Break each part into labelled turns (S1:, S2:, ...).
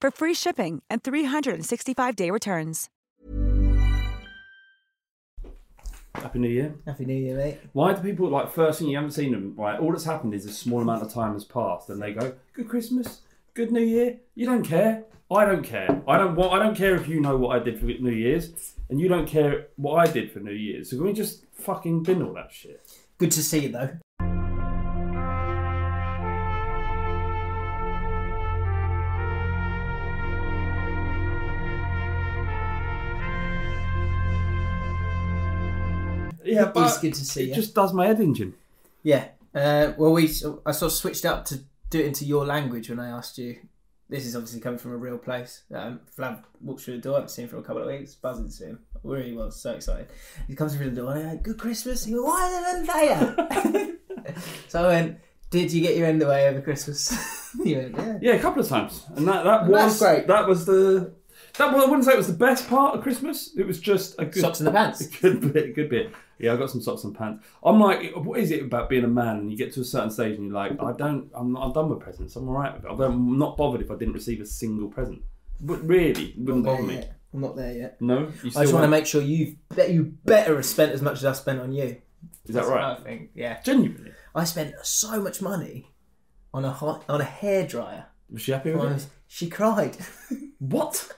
S1: for free shipping and 365-day returns.
S2: Happy New Year.
S3: Happy New Year, mate.
S2: Why do people like first thing you haven't seen them? Right, all that's happened is a small amount of time has passed, and they go, "Good Christmas, good New Year." You don't care. I don't care. I don't want. I don't care if you know what I did for New Year's, and you don't care what I did for New Year's. So can we just fucking bin all that shit?
S3: Good to see you, though.
S2: Yeah,
S3: It
S2: but
S3: is good to see
S2: It
S3: you.
S2: just does my head engine.
S3: Yeah. Uh, well, we I sort of switched up to do it into your language when I asked you. This is obviously coming from a real place. Um, Flav walked through the door. I haven't seen him for a couple of weeks. Buzzing to him. I really was so excited. He comes through the door. and I go, "Good Christmas." He goes, "Why the hell are they?" So I went, "Did you get your end away over Christmas?" he went, "Yeah."
S2: Yeah, a couple of times, and that that was
S3: That's great.
S2: That was the that well, I wouldn't say it was the best part of Christmas. It was just a good
S3: Socks in the pants.
S2: a good bit, a good bit. Yeah, I got some socks and pants. I'm like, what is it about being a man? And you get to a certain stage, and you're like, I don't, I'm, not, I'm done with presents. I'm alright with it. I'm not bothered if I didn't receive a single present. But really, it wouldn't
S3: Not
S2: bother
S3: there
S2: me.
S3: yet. I'm not there yet.
S2: No, you
S3: I just want to
S2: won't?
S3: make sure you that you better have spent as much as I spent on you.
S2: Is that right?
S3: I think. Yeah.
S2: Genuinely,
S3: I spent so much money on a hot, on a hair dryer.
S2: was she happy with it?
S3: She cried.
S2: What?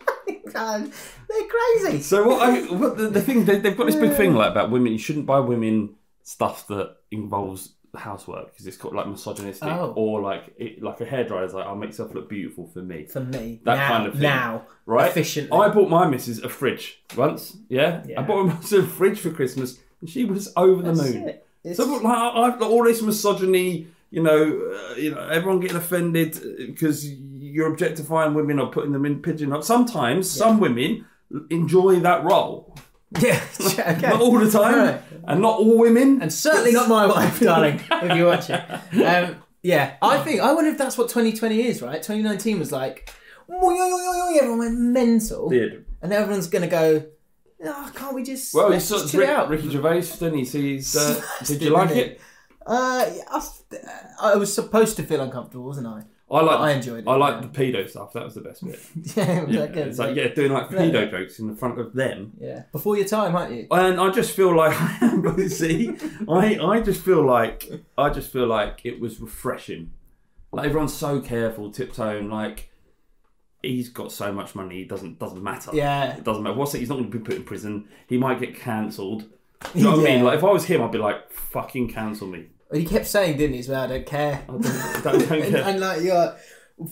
S3: God, they're crazy.
S2: So what? I, what the, the thing they, they've got this big thing like about women. You shouldn't buy women stuff that involves housework because it's called like misogynistic
S3: Oh.
S2: or like it, like a hairdryer is like I'll make myself look beautiful for me.
S3: for me,
S2: That
S3: now,
S2: kind of thing.
S3: now,
S2: Right?
S3: efficiently.
S2: I bought my missus a fridge once. Yeah,
S3: Yeah.
S2: I bought my missus a fridge for Christmas, and she was over the
S3: That's
S2: moon.
S3: it. It's-
S2: So but, like, I- I've got all this misogyny. You know, uh, you know, everyone getting offended because you're objectifying women or putting them in pigeonholes. Sometimes some women enjoy that role.
S3: yeah, yeah, okay.
S2: Not all the time,
S3: Alright.
S2: and not all women,
S3: and certainly not my wife, darling. If you watch it, um, yeah, I think I wonder if that's what 2020 is. Right, 2019 was like, "Oi, oi, oi, oi, oi," everyone went mental,
S2: did.
S3: and everyone's gonna go. Oh, can't we just
S2: Well,
S3: let's
S2: it's sort
S3: just
S2: of
S3: chill
S2: Rick,
S3: out?
S2: Ricky Gervais, didn't he? So he's, uh, did you like it?
S3: Uh, yeah, I, I was supposed to feel uncomfortable, wasn't I?
S2: I like.
S3: I enjoyed it,
S2: I like the
S3: yeah.
S2: pedo stuff. That was the best bit.
S3: yeah,
S2: Yeah,
S3: okay.
S2: it's like yeah, doing like pedo jokes in the front of them.
S3: yeah, before your time, aren't you?
S2: And I just feel like see, I I just feel like I just feel like it was refreshing. Like everyone's so careful, tiptoeing. Like he's got so much money, it doesn't doesn't matter.
S3: Yeah.
S2: it doesn't matter. What's it? He's not going to be put in prison. He might get cancelled. You know what I
S3: Yeah.
S2: mean? Like if I was him, I'd be like, fucking cancel me.
S3: He Oh, kept saying, didn't he? As well, I don't care.
S2: I don't, don't, don't
S3: and,
S2: care.
S3: and like yeah,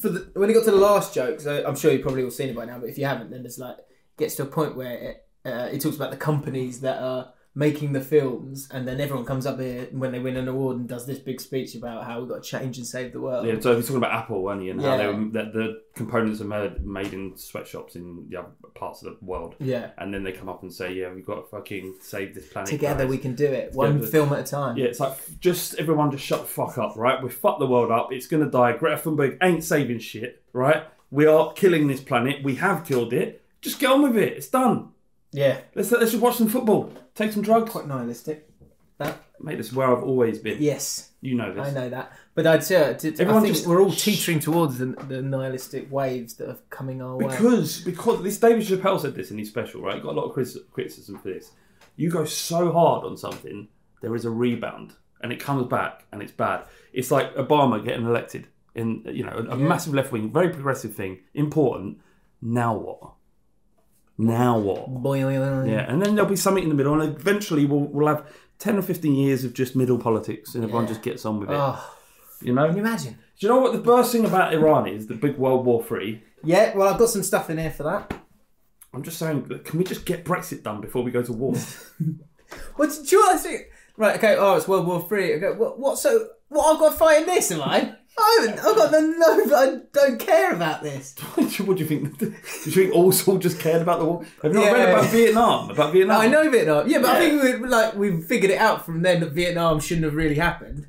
S3: for the, when it got to the last joke, so I'm sure you've probably all seen it by now. But if you haven't, then there's like gets to a point where it, uh, it talks about the companies that are making the films, and then everyone comes up here when they win an award and does this big speech about how we've got to change and save the world.
S2: Yeah, so he's talking about Apple, weren't he, and how they
S3: Yeah.
S2: were, that the components are made, made in sweatshops in the other parts of the world.
S3: Yeah.
S2: And then they come up and say, yeah, we've got to fucking save this planet.
S3: Together
S2: guys.
S3: we can do it, one
S2: Together.
S3: film at a time.
S2: Yeah, it's like, just everyone just shut the fuck up, right? We fucked the world up. It's going to die. Greta Thunberg ain't saving shit, right? We are killing this planet. We have killed it. Just get on with it. It's done.
S3: yeah.
S2: Let's, let's just watch some football. Take some drugs.
S3: Quite nihilistic. That
S2: Mate, this is where I've always been.
S3: yes,
S2: You know this.
S3: I know that, but I'd say uh, I think
S2: Everyone just-
S3: we're all teetering towards the, the nihilistic waves that are coming our way.
S2: Because because this David Chappelle said this in his special, right? Got a lot of criti- criticism for this. You go so hard on something, there is a rebound, and it comes back, and it's bad. It's like Obama getting elected in you know a, a massive left wing, very progressive thing, important. Now what? Now what?
S3: Boing.
S2: Yeah, and then there'll be something in the middle, and eventually we'll, we'll have 10 or 15 years of just middle politics, and everyone just gets on with it.
S3: Oh,
S2: you know?
S3: can you
S2: Do
S3: imagine?
S2: you know what the worst thing about Iran is? The big World War Three.
S3: Yeah, well, I've got some stuff in here for that.
S2: I'm just saying, can we just get Brexit done before we go to war?
S3: What do you want to see? Right, okay, oh, it's World War Three. Okay, what, what, so, what, I've got fighting this, am I? I haven't, I've got no, no, I don't care about this.
S2: what do you think? Do you think all all just cared about the war? Have you not
S3: Yeah.
S2: read about Vietnam? About Vietnam?
S3: I know Vietnam. Yeah, but I
S2: Yeah.
S3: think we like we figured it out from then that Vietnam shouldn't have really happened.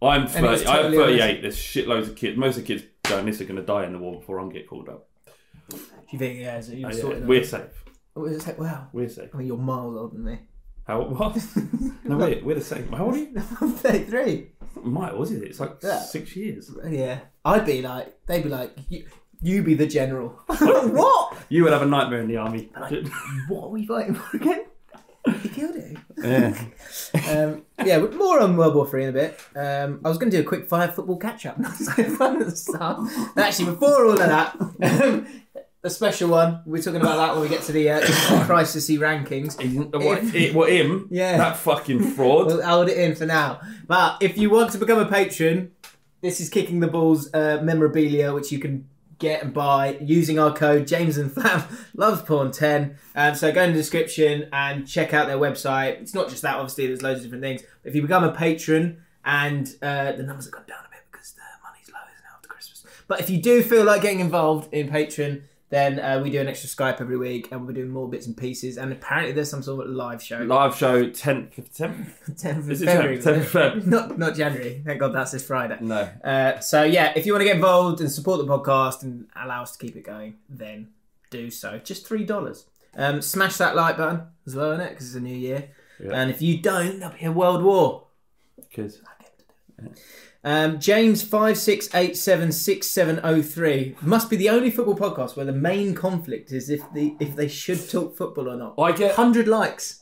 S2: I'm
S3: And it's
S2: 30, I'm
S3: totally
S2: 38. There's shitloads of kids. Most of the kids going this are going to die in the war before I'm get called up.
S3: Do you think Oh, yeah, so you
S2: Yeah,
S3: sorted
S2: we're safe.
S3: It's like, wow.
S2: We're safe.
S3: I mean, you're miles older than me.
S2: How? What? no, wait. We're the same. How old are you?
S3: I'm 33.
S2: Miles is it? It's like
S3: Yeah.
S2: six years.
S3: Yeah, I'd be like, they'd be like, you, you be the general. what?
S2: You would have a nightmare in the army.
S3: What are we fighting for again? He killed it.
S2: yeah.
S3: Um, yeah, but more on World War Three in a bit. Um, I was going to do a quick fire football catch up. Actually, before all of that, um, a special one. We're talking about that when we get to the uh, crisisy rankings.
S2: What, it, what him?
S3: Yeah.
S2: That fucking fraud.
S3: We'll hold it in for now. But if you want to become a patron, this is Kicking the Balls uh, memorabilia, which you can get and buy using our code James and Flam Loves Porn 10. Um, so go in the description and check out their website. It's not just that, obviously, there's loads of different things. If you become a patron, and uh, the numbers have gone down a bit because the money's low, isn't it, after Christmas? But if you do feel like getting involved in Patreon, then uh, we do an extra Skype every week and we're doing more bits and pieces. And apparently, there's some sort of live show.
S2: Live show 10th. 10th?
S3: 10th of
S2: Is it
S3: February.
S2: 10th? 10th of Feb?
S3: Not, not January. Thank God that's this Friday.
S2: No.
S3: Uh, so, yeah, if you want to get involved and support the podcast and allow us to keep it going, then do so. Just $3. Um, smash that like button as well, innit? Because it's a new year. And if you don't, there'll be a world war.
S2: Because
S3: Um, James five six eight seven six seven zero three must be the only football podcast where the main conflict is if the if they should talk football or not.
S2: I get-
S3: hundred likes.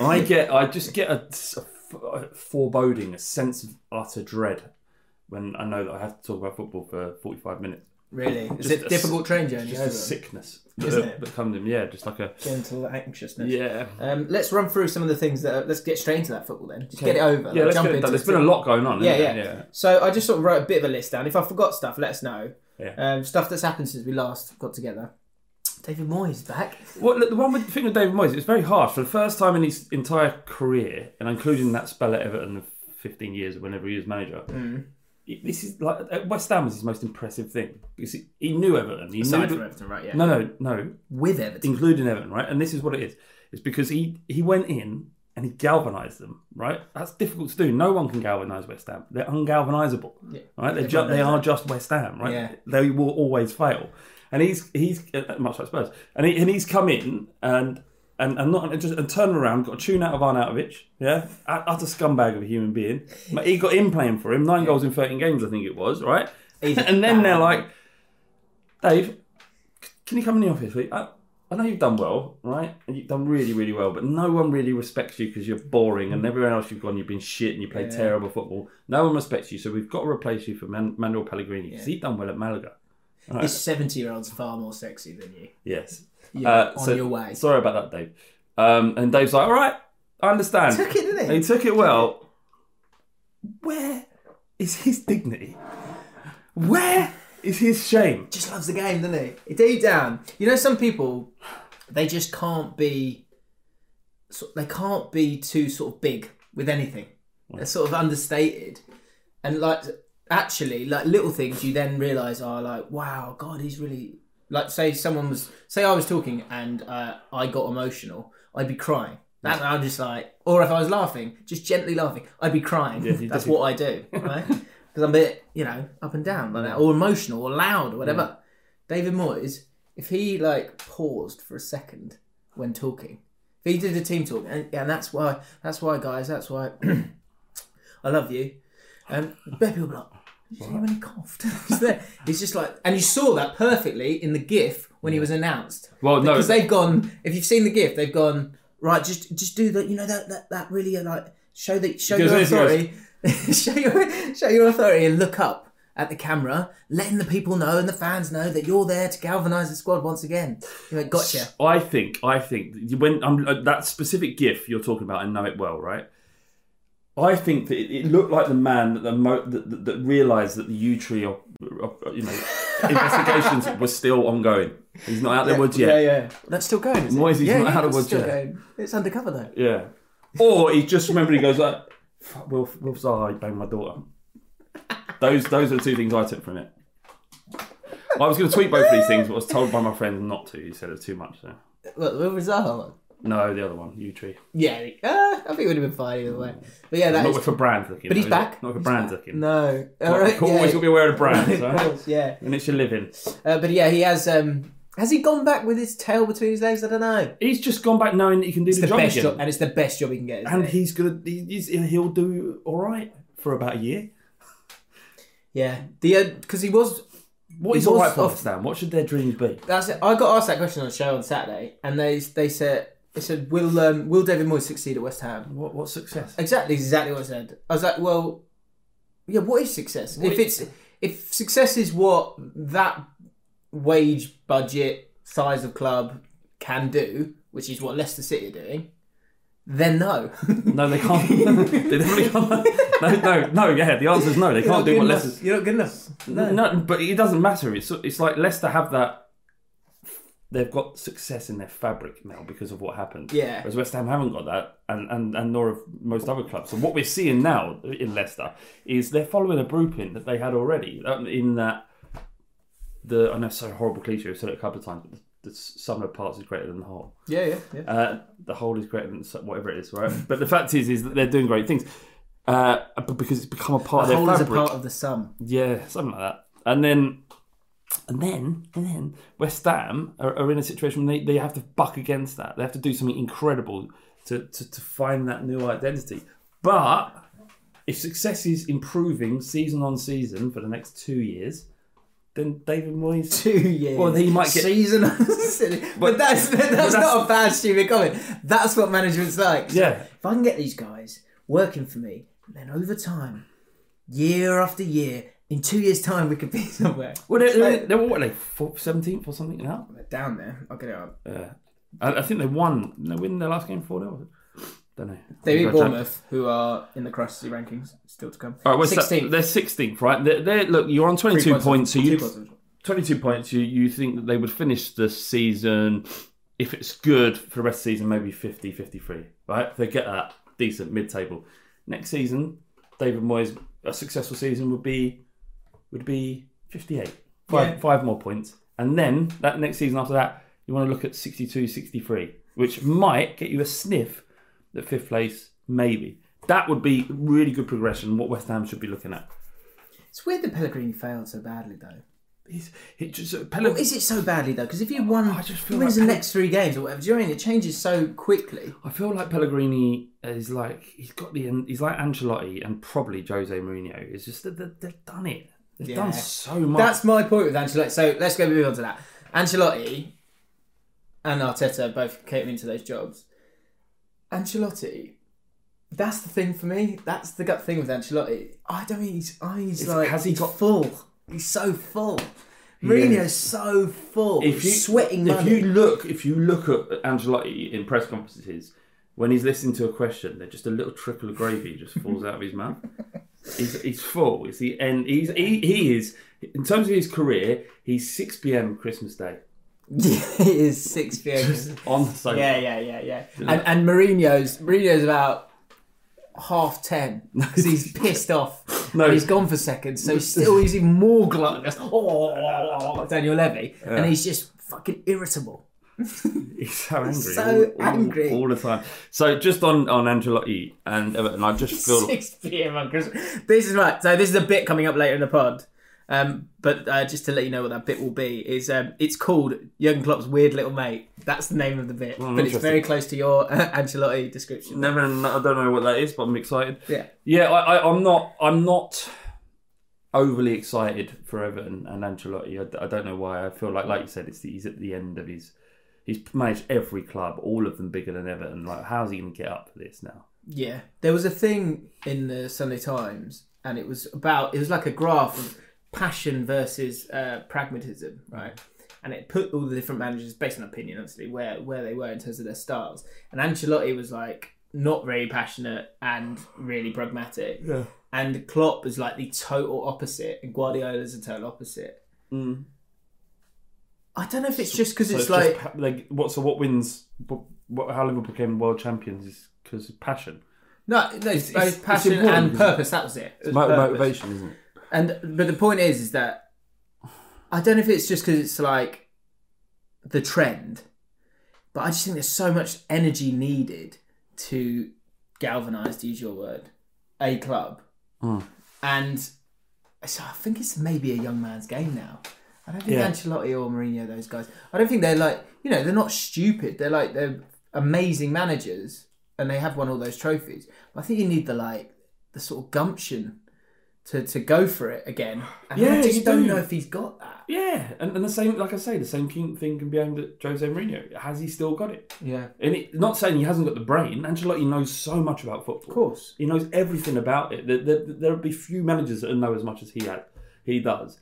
S2: I get, I just get a, s- a f- a foreboding, a sense of utter dread when I know that I have to talk about football for 45 minutes.
S3: Really, it's
S2: Just
S3: a
S2: a
S3: difficult
S2: s-
S3: train journey.
S2: Just
S3: isn't
S2: a
S3: it?
S2: sickness
S3: Isn't
S2: that,
S3: it?
S2: that comes in. Yeah, just like a.
S3: Gentle anxiousness.
S2: Yeah.
S3: Um, let's run through some of the things that. Are, let's get straight into that football then. Just get it over.
S2: Yeah,
S3: Like,
S2: let's get it done. There's been a lot going on.
S3: Yeah,
S2: isn't
S3: yeah,
S2: there? yeah.
S3: So I just sort of wrote a bit of a list down. If I forgot stuff, let us know.
S2: Yeah.
S3: Um, stuff that's happened since we last got together. David Moyes back.
S2: Well, look, the one with, the thing with David Moyes, it was very hard. For the first time in his entire career, and including that spell at Everton of 15 years, whenever he was manager,
S3: Mm.
S2: it- this is like at West Ham was his most impressive thing because he, he knew Everton. He knew
S3: Aside
S2: the-
S3: from Everton, right? Yeah.
S2: no, no, no,
S3: With Everton.
S2: including Everton, right? And this is what it is. It's because he he went in and he galvanised them, right? That's difficult to do. No one can galvanise West Ham. They're ungalvanisable, right? They're ju- they are just West Ham, right?
S3: Yeah.
S2: They will always fail. And he's he's uh, much like Spurs, and he and he's come in and. And, and not and just and turn around, got a tune out of Arnautovic, yeah, Ut- utter scumbag of a human being. But he got him playing for him, nine goals in thirteen games, I think it was, right?
S3: He's
S2: and then they're
S3: bad.
S2: like, Dave, can you come in the office? please? I, I know you've done well, right? And you've done really, really well, but no one really respects you because you're boring, and everywhere else you've gone, you've been shit and you play terrible football. No one respects you, so we've got to replace you for Man- Manuel Pellegrini because he's done well at Malaga.
S3: This seventy-year-old's far more sexy than you.
S2: Yes. Uh,
S3: Yeah, on
S2: so-
S3: your way.
S2: Sorry about that, Dave. Um, and Dave's like, all right, I understand.
S3: Took it, didn't he?
S2: And he took it well. Where is his dignity? Where is his shame?
S3: just loves the game, doesn't he? Deep down, you know, some people they just can't be. so- They can't be too sort of big with anything. They're sort of understated, and like actually, like little things you then realise are like, wow, God, he's really like. Say someone was, say I was talking and uh, I got emotional, I'd be crying. That I'm just like, or if I was laughing, just gently laughing, I'd be crying.
S2: you
S3: That's
S2: do.
S3: what I do, right? Because I'm a bit, you know, up and down like that, or emotional, or loud, or whatever. David Moyes, if he like paused for a second when talking, if he did a team talk, and, and that's why, that's why, guys, that's why I love you. Um, bet people were like, did you see when he coughed? He's there. He's just like, and you saw that perfectly in the GIF when he was announced.
S2: Well, no.
S3: because they've gone. If you've seen the GIF, they've gone right. Just, just do that. You know that that, that really uh, like show that show
S2: Because this
S3: your
S2: goes-
S3: authority, show your show your authority, and look up. at the camera, letting the people know and the fans know that you're there to galvanise the squad once again. You went, gotcha.
S2: I think, I think when um, uh, that specific GIF you're talking about, I know it well, right? I think that it, it looked like the man that the mo- that, that, that realised that the U tree of, of, you know investigations were still ongoing. He's not out there woods yet.
S3: Yeah, yeah. That's still going. Is it?
S2: Moise's
S3: yeah,
S2: not
S3: yeah,
S2: out of
S3: it's
S2: woods
S3: still
S2: yet.
S3: going. It's undercover though.
S2: Yeah. Or he just remembered he goes like, "Fuck, Will, Will Zaha banged my daughter." Those those are the two things I took from it. I was going to tweet both these things, but I was told by my friend not to. He said it's too much. So
S3: What, what was that one?
S2: no, the other one, U tree.
S3: Yeah, uh, I think it would have been fine either way. But yeah, that
S2: Not
S3: is-
S2: if a brand looking.
S3: But he's
S2: though, is
S3: back.
S2: it? Not if a
S3: He's
S2: brand
S3: back.
S2: looking.
S3: No. All
S2: Well,
S3: right.
S2: always
S3: yeah.
S2: got to be aware of brands,
S3: Of
S2: right?
S3: course, yeah.
S2: And it's your living.
S3: Uh, but yeah, he has. Um, has he gone back with his tail between his legs? I don't know.
S2: He's just gone back knowing that he can do
S3: It's
S2: the,
S3: the,
S2: job
S3: best
S2: again.
S3: job, and it's the best job he can get. Isn't
S2: and
S3: it?
S2: he's gonna he- he's, he'll do all right for about a year.
S3: yeah, the because he was.
S2: What
S3: He
S2: is all
S3: was
S2: right for
S3: off-
S2: us, Dan? What should their dreams be?
S3: That's it. I got asked that question on the show on Saturday, and they they said they said will um, will David Moyes succeed at West Ham?
S2: What what success?
S3: Exactly, exactly what I said. I was like, well, yeah. What is success? if it's if success is what that wage budget size of club can do, which is what Leicester City are doing, then no.
S2: No, they can't. they definitely can't. No, no, no. Yeah, the answer is no. They can't do what Leicester.
S3: You're not good enough.
S2: No. no, but it doesn't matter. It's it's like Leicester have that. They've got success in their fabric now because of what happened.
S3: Yeah.
S2: Whereas West Ham haven't got that, and, and, and nor have most other clubs. So what we're seeing now in Leicester is they're following a blueprint that they had already. um, In that, the I know it's so horrible cliche. We've said it a couple of times, but the, the sum of parts is greater than the whole.
S3: Yeah, yeah, yeah.
S2: Uh, the whole is greater than so- whatever it is, right? but the fact is, is that they're doing great things, uh, but because it's become a part
S3: the
S2: of
S3: whole
S2: their
S3: is a
S2: fabric.
S3: part of the sum.
S2: Yeah, something like that. And then, and then, and then West Ham are, are in a situation where they, they have to buck against that. They have to do something incredible to, to, to find that new identity. But if success is improving season on season for the next two years, then David Moyes.
S3: Two years.
S2: Well, he might get-
S3: season. but, that's that's,
S2: that's-
S3: not a bad stupid comment. That's what management's like. So
S2: Yeah.
S3: If I can get these guys working for me, then over time, year after year, in two years' time, we could be somewhere.
S2: Well, they're, they're, they're what are they four- 17th or something now?
S3: Down there, I'll get it up.
S2: I, I think they won. Didn't They win their last game four 0 Don't know.
S3: They beat Bournemouth, who are in the crusty rankings, still to come.
S2: All right, what's that?
S3: 16th.
S2: They're sixteenth, right? They're, they're, look, you're on
S3: Three
S2: twenty-two points.
S3: points
S2: So
S3: off-
S2: you
S3: two points off.
S2: 22 points, you, you think that they would finish the season, if it's good for the rest of the season, maybe 50, 53, right? If they get that, decent, mid table. Next season, David Moyes, a successful season would be would be 58, five,
S3: Yeah.
S2: five more points. And then that next season after that, you want to look at 62, 63, which might get you a sniff at fifth place, maybe. That would be really good progression, what West Ham should be looking at.
S3: It's weird that Pellegrini failed so badly, though.
S2: He's, he just,
S3: Or is it so badly though? Because if you won,
S2: I just feel
S3: he wins
S2: like
S3: the next three games or whatever. Do you know what I mean? It changes so quickly.
S2: I feel like Pellegrini is like he's got the he's like Ancelotti and probably Jose Mourinho. It's just that that they've done it. They've
S3: Yeah.
S2: done so much.
S3: That's my point with Ancelotti. So let's go move on to that. Ancelotti and Arteta both came into those jobs. Ancelotti, that's the thing for me. That's the gut thing with Ancelotti. I don't mean he's, I mean he's
S2: Is-
S3: like
S2: has he
S3: he's
S2: got-
S3: full. He's so full. Mourinho's so full.
S2: if you
S3: sweating
S2: if
S3: money.
S2: you look if you look at Ancelotti in press conferences when he's listening to a question, there's just a little trickle of gravy just falls out of his mouth. He's, he's full. It's the end. He's he, he is in terms of his career. He's six p.m. Christmas Day
S3: it is six games.
S2: on the sofa.
S3: Yeah, yeah, yeah, yeah. And and Mourinho's Mourinho's about half ten because he's pissed off.
S2: No.
S3: and he's gone for seconds, so he's still he's even more gluttonous. Oh, Daniel Levy, and he's just fucking irritable.
S2: He's so angry,
S3: so
S2: all, all-
S3: angry.
S2: all, the time. So just on on Ancelotti and Everton, I just feel
S3: Six p.m. on Christmas. This is right. So this is a bit coming up later in the pod. Um, but uh, just to let you know what that bit will be is um, it's called Jurgen Klopp's weird little mate. That's the name of the bit, but it's
S2: Hmm, interesting.
S3: very close to your Ancelotti description.
S2: Never, I don't know what that is, but I'm excited.
S3: Yeah.
S2: Yeah, I, I, I'm not. I'm not overly excited for Everton and Ancelotti. I d- I, don't know why. I feel like, like you said, it's the, he's at the end of his. He's managed every club, all of them bigger than Everton. Like, how's he going to get up for this now?
S3: Yeah, there was a thing in the Sunday Times, and it was about it was like a graph of passion versus uh, pragmatism, right? And it put all the different managers, based on opinion, obviously, where where they were in terms of their styles. And Ancelotti was like not very passionate and really pragmatic.
S2: Yeah.
S3: And Klopp is like the total opposite, and Guardiola's the total opposite.
S2: Mm.
S3: I don't know if it's just because
S2: So
S3: it's, like
S2: just pa- like what? So what wins? What, what, how Liverpool became world champions is because of passion,
S3: no, no, it's, both
S2: it's- it's
S3: passion
S2: important,
S3: and
S2: isn't it?
S3: purpose. That was it. It was
S2: Mo-
S3: purpose.
S2: motivation, isn't it?
S3: And but the point is, is that I don't know if it's just because it's like the trend, but I just think there's so much energy needed to galvanize, to use your word, a club,
S2: Mm.
S3: and so I think it's maybe a young man's game now. I don't think
S2: Yeah.
S3: Ancelotti or Mourinho, those guys. I don't think they're like you know they're not stupid. They're like they're amazing managers, and they have won all those trophies. But I think you need the like the sort of gumption to, to go for it again. And I
S2: Yeah,
S3: just
S2: you
S3: don't
S2: do.
S3: know if he's got that.
S2: Yeah, and, and the same, like I say, the same king- thing can be aimed at Jose Mourinho. Has he still got it?
S3: Yeah,
S2: And it, not saying he hasn't got the brain. Ancelotti knows so much about football.
S3: of course.
S2: He knows everything about it. There, there, there'll be few managers that know as much as he had, he does.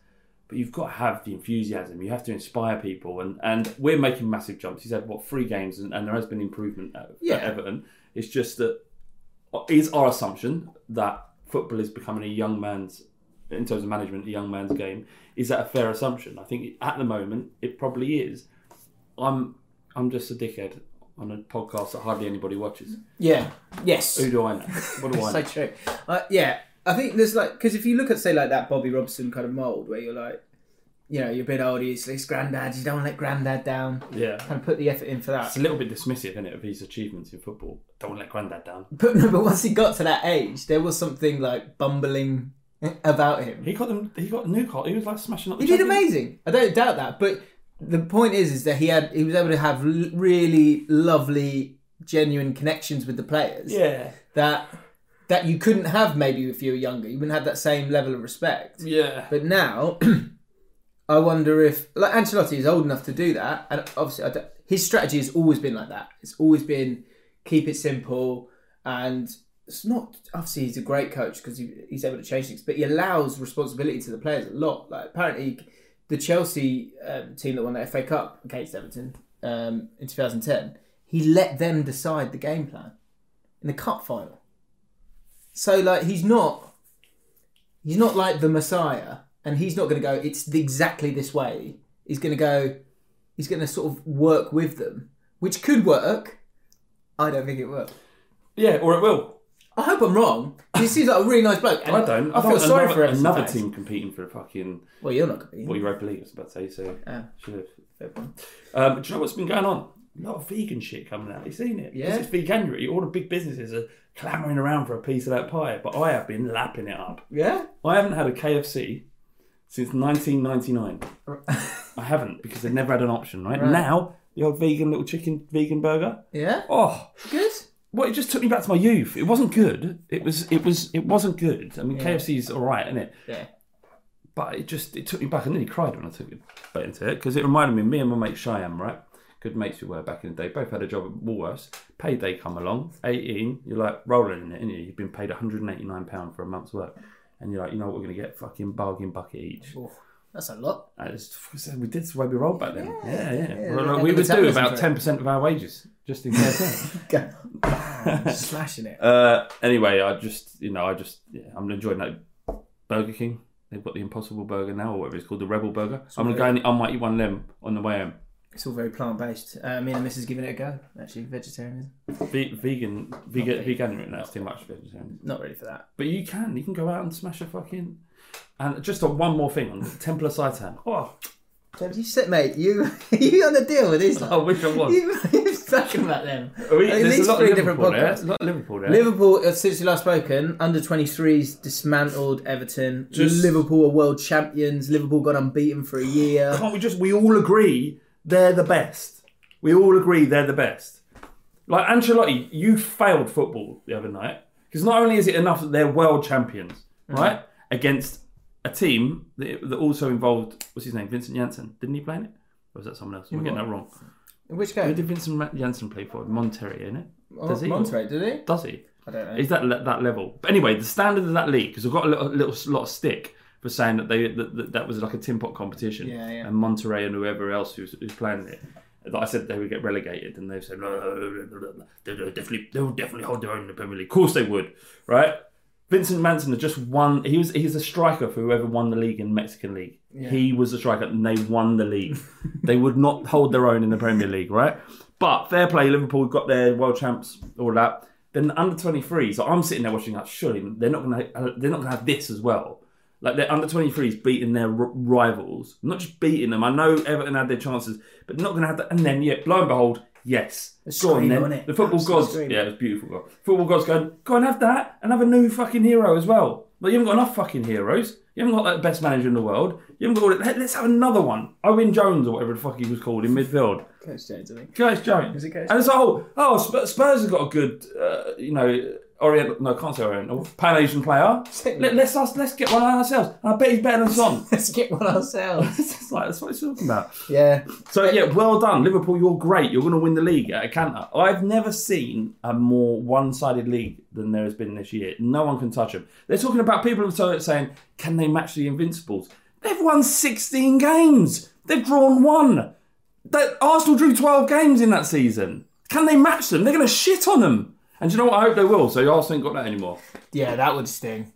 S2: But you've got to have the enthusiasm. You have to inspire people, and, and we're making massive jumps. He's had what three games, and, and there has been improvement at, at
S3: Yeah.
S2: Everton. It's just that it's our assumption that football is becoming a young man's, in terms of management, a young man's game. Is that a fair assumption? I think at the moment it probably is. I'm I'm just a dickhead on a podcast that hardly anybody watches.
S3: Yeah. Yes.
S2: Who do I know? What do I know?
S3: so true. Uh, yeah, I think there's like because if you look at say like that Bobby Robson kind of mold where you're like, you know, you're a bit older, it's, it's granddad, you don't want to let granddad down.
S2: Yeah.
S3: Kind of put the effort in for that.
S2: It's a little bit dismissive, isn't it, of his achievements in football. Don't want to let granddad down.
S3: But no, but once he got to that age, there was something like bumbling about him.
S2: He got them. He got Newcastle. He was like smashing up. The
S3: He did
S2: Champions-
S3: amazing. I don't doubt that. But the point is, is that he had he was able to have l- really lovely, genuine connections with the players. That that you couldn't have maybe if you were younger. You wouldn't have that same level of respect.
S2: Yeah. Yeah.
S3: But now, I wonder if like Ancelotti is old enough to do that, and obviously I don't- his strategy has always been like that. It's always been keep it simple, and it's not obviously he's a great coach because he, he's able to change things, but he allows responsibility to the players a lot. Like apparently, the Chelsea um, team that won the FA Cup against Everton um, in 2010, he let them decide the game plan in the cup final. So like he's not he's not like the Messiah and he's not going to go it's the- exactly this way. He's going to go he's going to sort of work with them, which could work. I don't think it worked.
S2: Yeah. Or it will.
S3: I hope I'm wrong. He seems like a really nice bloke. and
S2: I don't.
S3: I feel
S2: don't-
S3: sorry
S2: another,
S3: for him
S2: another
S3: sometimes.
S2: team competing for a fucking
S3: Well, you're not going to be.
S2: what Europa League. I was about to say. So
S3: Ah.
S2: should have.
S3: Fair point.
S2: Um, do you know what's been going on? A lot of vegan shit coming out. You seen it?
S3: Yeah.
S2: Because It's veganuary. All the big businesses are clamouring around for a piece of that pie, but I have been lapping it up.
S3: Yeah.
S2: I haven't had a KFC since 1999. I haven't because they've never had an option, right?
S3: Right.
S2: Now, the old vegan little chicken vegan burger.
S3: Yeah.
S2: Oh,
S3: Good.
S2: well, it just took me back to my youth. It wasn't good. It was, it was, it wasn't good. I mean, KFC's all right, isn't it?
S3: Yeah.
S2: But it just, it took me back. I nearly cried when I took it bit into it because it reminded me. Me and my mate Shyam, right? Good mates we were back in the day. Both had a job at Woolworths. Payday come along, 18. You're like rolling in it, and you? You've been paid 189 pound for a month's work, and you're like, you know what, we're gonna get fucking bargain bucket each.
S3: Oh, that's a lot.
S2: I just so we did way we rolled back then. Yeah, yeah.
S3: yeah,
S2: Well,
S3: yeah,
S2: we
S3: the
S2: would do
S3: metabolism
S2: about
S3: for it.
S2: ten percent of our wages just in case.
S3: Go. Bam, Slashing it.
S2: uh, anyway, I just you know I just yeah, I'm enjoying that Burger King. They've got the Impossible Burger now, or whatever it's called, the Rebel Burger. I'm gonna go and I might eat one of them on the way home.
S3: It's all very plant based. Uh, me and the missus giving it a go. Actually, vegetarianism.
S2: Ve- vegan, vegan, vegan. That's too much vegetarian.
S3: Not ready for that.
S2: But you can, you can go out and smash a fucking. And just on one more thing on the Templar Saitan. Oh,
S3: James, you sit, mate. You you on the deal with these?
S2: I wish I Oh, was.
S3: You, you're talking about them.
S2: Are we-
S3: At
S2: there's
S3: least
S2: a lot
S3: three
S2: of
S3: different
S2: Liverpool there.
S3: podcasts.
S2: A lot of Liverpool there.
S3: Liverpool, uh, since we last spoken, under 23s dismantled Everton.
S2: Just-
S3: Liverpool are world champions. Liverpool got unbeaten for a year.
S2: can't we just we all agree they're the best we all agree they're the best like ancelotti you failed football the other night because not only is it enough that they're world champions
S3: Mm.
S2: right against a team that, that also involved what's his name vincent janssen didn't he play in it or was that someone else? Am I getting that wrong?
S3: In which
S2: Who
S3: game?
S2: did Vincent Ma- Janssen play for? Monterrey, innit?
S3: Oh,
S2: Does he?
S3: Monterrey, did he?
S2: Does he?
S3: I don't know.
S2: Is that le- that level? But anyway, the standard of that league, because I've got a little, little lot of stick for saying that they that, that, that was like a tin pot competition.
S3: Yeah, yeah.
S2: And Monterey and whoever else who's, who's playing it. That I said they would get relegated, and they've said no, no, no, no, no, no, they'll definitely they'll definitely hold their own in the Premier League. Of course they would, right? Vincent Manson had just won. He was he's a striker for whoever won the league in Mexican league. He was the striker, and they won the league. they would not hold their own in the Premier League, right? But fair play, Liverpool got their world champs, all that. Then the under twenty three. So I'm sitting there watching that. Surely they're not gonna they're not gonna have this as well. Like their under 23s beating their r- rivals, not just beating them. I know Everton had their chances, but not going to have that. And then, yeah, lo and behold, yes, Go
S3: A
S2: on
S3: screamer,
S2: then.
S3: wasn't it?
S2: The football
S3: Absolute
S2: gods,
S3: screamer.
S2: yeah, it was beautiful. goal. Football gods going, go and have that, and have a new fucking hero as well. Like you haven't got enough fucking heroes. You haven't got that best manager in the world. You haven't got all that. Let's have another one. Owen Jones or whatever the fuck he was called in midfield.
S3: Coach Jones, I think.
S2: Curtis Jones.
S3: Is it Curtis
S2: And it's like, oh, oh, Sp- Spurs have got a good, uh, you know, Oriental. No, can't say Oriental. Pan Asian player. Let, let's us, let's get one ourselves. And I bet he's better than Son.
S3: Let's get one ourselves.
S2: it's just like that's what it's talking about.
S3: yeah.
S2: So yeah, well done, Liverpool. You're great. You're going to win the league at a canter. I've never seen a more one-sided league than there has been this year. No one can touch them. They're talking about people who are saying, "Can they match the Invincibles?" They've won 16 games. They've drawn one. That Arsenal drew 12 games in that season. Can they match them? They're going to shit on them. And do you know what? I hope they will. So Arsenal ain't got that anymore
S3: Yeah, that would sting.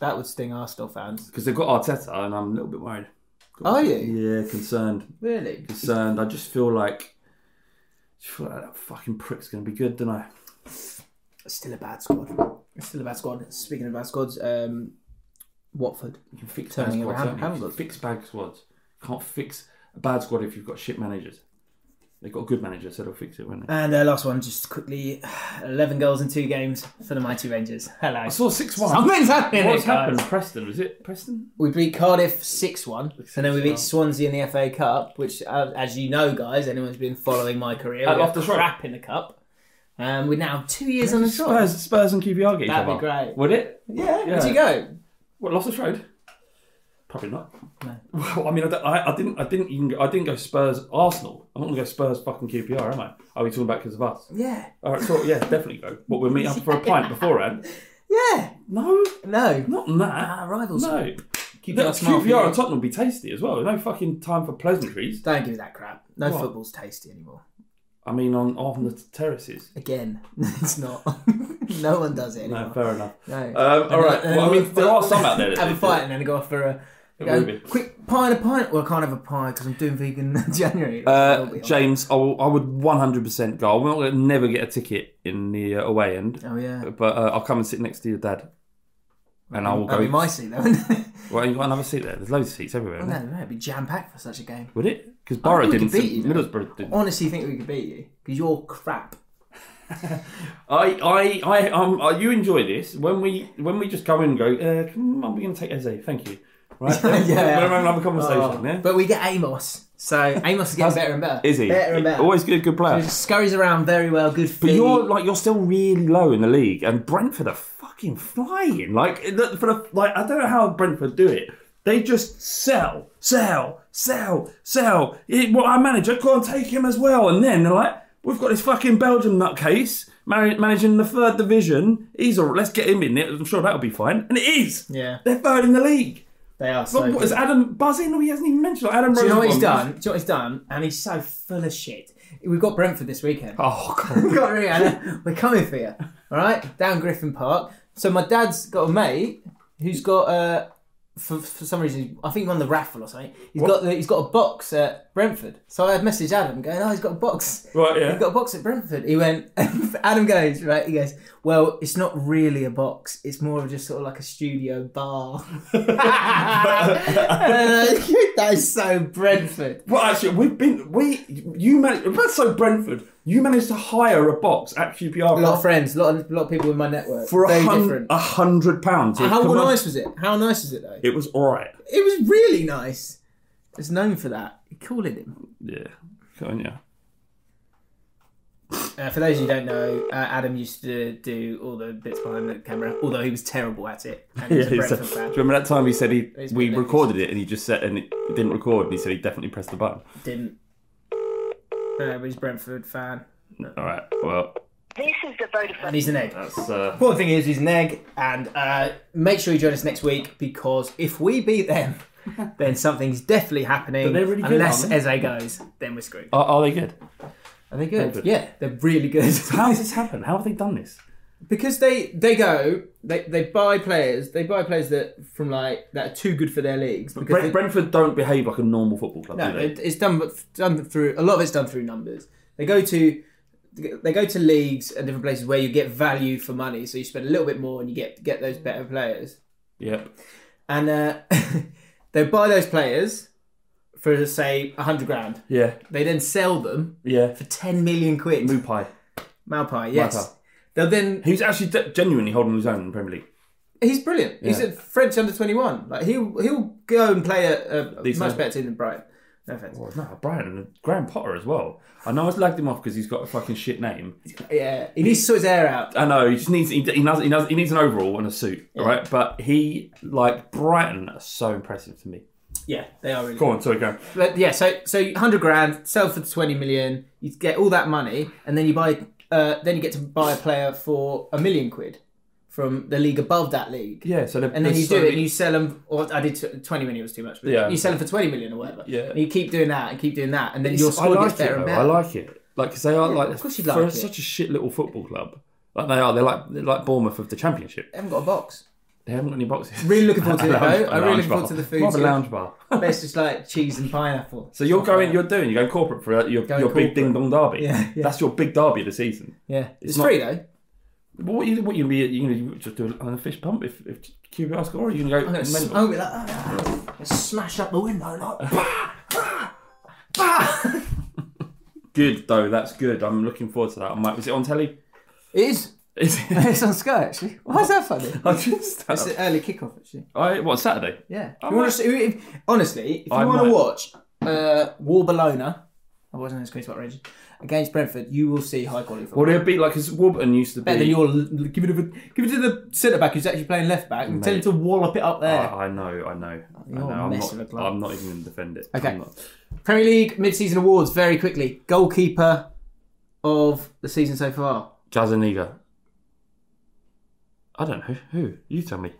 S3: That would sting Arsenal fans.
S2: because they've got Arteta, and I'm a little bit worried.
S3: Are you?
S2: Yeah, concerned.
S3: Really?
S2: concerned. I just feel like, just feel like that fucking prick's going to be good, don't I?
S3: It's still a bad squad. It's still a bad squad. Speaking of bad squads, um, Watford.
S2: You can fix bad
S3: Turning
S2: squads.
S3: around
S2: don't you? You can
S3: Hamlet.
S2: fix bad squads. Can't fix a bad squad if you've got shit managers. They've got a good manager, so they'll fix it, won't they?
S3: And uh, last one, just quickly 11 goals in two games for the Mighty Rangers. Hello.
S2: I saw 6 1.
S3: Something's happening.
S2: What's
S3: here, guys.
S2: happened? Preston, was it Preston?
S3: We beat Cardiff 6 1, and then we beat Swansea in the FA Cup, which, uh, as you know, guys, anyone's been following my career,
S2: Uh,
S3: we
S2: off
S3: were
S2: the trot.
S3: crap in the cup. Um, we're now two years on the trot.
S2: Spurs, Spurs and QPR get each
S3: That'd be
S2: other.
S3: great.
S2: Would it?
S3: Yeah,
S2: Yeah.
S3: where'd you go?
S2: What Loftus Road? Probably not. Well, I mean, I, don't- I, I didn't, I didn't even, go, I didn't go Spurs Arsenal. I'm not gonna go Spurs fucking QPR, am I? Are we talking about because of us?
S3: Yeah,
S2: All right, so yeah, definitely go. But we'll meet up for a pint beforehand.
S3: yeah.
S2: No,
S3: No,
S2: not that.
S3: Ah, rivals.
S2: No.
S3: Keep
S2: Look,
S3: your smile for
S2: QPR
S3: you.
S2: and Tottenham will be tasty as well. No fucking time for pleasantries.
S3: don't give me that crap. No
S2: What?
S3: football's tasty anymore.
S2: I mean, on, on the terraces.
S3: Again, it's not. no one does it anymore.
S2: No, fair enough.
S3: No.
S2: Um, all right.
S3: And-
S2: Well, I mean, there are some out there. that
S3: Have a
S2: do Uh,
S3: fight and then go off for a.
S2: would be.
S3: Go, quick pie and a pint. Well, I can't have a pie because I'm doing vegan in January. I'll
S2: Uh,
S3: be on.
S2: James, I, will, I would 100% go. I'm not going to never get a ticket in the uh, away end,
S3: Oh yeah.
S2: but uh, I'll come and sit next to your dad, and I will
S3: That'd
S2: go.
S3: be my seat though. wouldn't it?
S2: Well, you got another seat there. There's loads of seats everywhere. Isn't
S3: no,
S2: there?
S3: no, it'd be jam packed for such a game.
S2: Would it? Because Borough
S3: think we
S2: didn't.
S3: could beat you, though.
S2: Middlesbrough didn't.
S3: Honestly, think we could beat you because you're crap.
S2: I, I, I, um, uh, you enjoy this when we when we just go in and go. Uh, come on, we're going to take Eze. Thank you. Right? yeah. We're going to have a conversation. Oh, yeah.
S3: Oh. But we get Amos, so Amos is getting better and better.
S2: Is he
S3: better and better?
S2: always good? Good player.
S3: He just scurries around very well. Good.
S2: But
S3: feet.
S2: you're like you're still really low in the league, and Brentford are fucking flying. Like the- for the like, I don't know how Brentford do it. They just sell, sell, sell, sell. It, well, our manager go and take him as well, and then they're like, we've got this fucking Belgium nutcase mar- managing the third division. He's all right. Let's get him in it. I'm sure that'll be fine. And it is.
S3: Yeah.
S2: they're third in the league.
S3: They are so.
S2: But what,
S3: good.
S2: is Adam buzzing? Or he hasn't even mentioned it. Adam.
S3: Do you know what he's
S2: Rosenbaum.
S3: done? Do you know what he's done? And he's so full of shit. We've got Brentford this weekend.
S2: Oh god.
S3: We've got Rihanna. We're coming for you. All right, down Griffin Park. So my dad's got a mate who's got uh, for, for some reason I think he won the raffle or something. He's got the, he's got a box at Brentford. So I had messaged Adam going, "Oh, he's got a box.
S2: Right, yeah.
S3: He's got a box at Brentford." He went. Adam goes right. He goes, "Well, it's not really a box. It's more of just sort of like a studio bar." And I'm like, that is so Brentford.
S2: Well, actually, we've been we you managed. That's so Brentford. You managed to hire a box at
S3: A lot of
S2: QPR
S3: friends, a lot of, a lot of people in my network.
S2: for a
S3: Very
S2: hun-
S3: different.
S2: a hundred pounds.
S3: How
S2: Come on.
S3: nice was it? How nice was it though?
S2: It was all right.
S3: It was really nice. It's known for that. Calling him.
S2: Yeah, Go on, yeah.
S3: Uh, for those who don't know, uh, Adam used to do all the bits behind the camera, although he was terrible at it. And he
S2: Yeah,
S3: was a
S2: he's-
S3: Brentford
S2: do you
S3: fan.
S2: remember that time he said he
S3: He's
S2: we
S3: been there.
S2: recorded it and he just said and it didn't record and he said he definitely pressed the button.
S3: Uh, Didn't. No, but he's a Brentford fan.
S2: All right, well,
S4: This is the Vodafone.
S3: And he's an egg.
S2: That's uh,
S3: Important thing is he's an egg, and uh, make sure you join us next week because if we beat them, then something's definitely happening.
S2: But they're really good,
S3: unless
S2: aren't
S3: Eze goes, then we're screwed.
S2: are, are they good?
S3: Are they good?
S2: They're good.
S3: Yeah, they're really good.
S2: How has this happened? How have they done this?
S3: because they they go they, they buy players they buy players that from like that are too good for their leagues because
S2: Brent,
S3: they-
S2: Brentford don't behave like a normal football club,
S3: no
S2: do they?
S3: it, it's done but done through a lot of it's done through numbers they go to they go to leagues and different places where you get value for money so you spend a little bit more and you get get those better players
S2: Yep.
S3: and uh, they buy those players for say 100 grand
S2: Yeah.
S3: they then sell them
S2: Yeah.
S3: for 10 million quid
S2: Mupai,
S3: Malpai yes
S2: Maupai.
S3: they'll then
S2: who's actually de- genuinely holding his own in the Premier League.
S3: He's brilliant. He's
S2: Yeah.
S3: a French under twenty one. Like he'll he'll go and play a, a
S2: Decent.
S3: much better team than Brighton. No offense.
S2: Well, no, Brian, Graham Potter as well. I know I slagged him off because he's got a fucking shit name.
S3: Yeah, he needs to sort his hair out.
S2: I know he just needs he, he, knows, he, knows, he needs an overall and a suit, all right? But he like Brighton are so impressive to me.
S3: Yeah, they are really.
S2: Go on, sorry, go. on.
S3: But yeah, so so hundred grand, sell for twenty million. You get all that money, and then you buy. Uh, then you get to buy a player for a million quid from the league above that league.
S2: Yeah, so they're,
S3: And then
S2: they're
S3: you
S2: so
S3: do it, and you sell them. Or I did tw- twenty million was too much, but
S2: Yeah.
S3: you sell them for twenty million or whatever.
S2: Yeah.
S3: And you keep doing that, and keep doing that, and then
S2: It's-
S3: your
S2: I
S3: squad
S2: like
S3: gets better
S2: it,
S3: and
S2: though.
S3: better.
S2: I like it. Like 'cause they are like
S3: of course you'd
S2: for
S3: like it.
S2: such a shit little football club. Like they are, they're like they're like Bournemouth of the Championship.
S3: They haven't got a box.
S2: They haven't got any boxes.
S3: Really looking forward to
S2: A
S3: it, though.
S2: lounge- a
S3: I'm really
S2: lounge
S3: looking
S2: bar.
S3: forward to the food.
S2: More of a lounge bar.
S3: But it's just like cheese and pineapple.
S2: So you're going, you're doing, you're going corporate for your,
S3: Going
S2: your big
S3: corporate.
S2: ding dong derby.
S3: Yeah, yeah.
S2: That's your big derby of the season.
S3: Yeah, it's,
S2: not-
S3: free though.
S2: But what you what you be you know you just do a, a fish pump if if QPR score or you gonna go
S3: I'm gonna
S2: mental?
S3: sm- I'll be like, "Ah, ah, ah." smash up the window. Like, bah, bah, bah.
S2: good though that's good I'm looking forward to that I might is it on telly
S3: it is.
S2: is it
S3: It's on Sky actually. Why is that funny?
S2: I just
S3: It's an early kickoff actually.
S2: I what Saturday
S3: Yeah.
S2: I
S3: You wanna
S2: might-
S3: see- if- honestly, if you
S2: Oh, I
S3: want to
S2: might.
S3: watch uh, Warbalona, I wasn't his about range against Brentford, you will see high quality football.
S2: what it'd be like because Warburton used to be
S3: Better than your give it, a, give it to the centre back who's actually playing left back and tell him
S2: Mate.
S3: to wallop it up there.
S2: I, I know I know I
S3: You're
S2: know
S3: a
S2: I'm
S3: mess of a
S2: not,
S3: club.
S2: I'm not even gonna defend it
S3: Okay.
S2: I'm not.
S3: Premier League mid-season awards very quickly. Goalkeeper of the season so far.
S2: Jazaniga I don't know who you tell me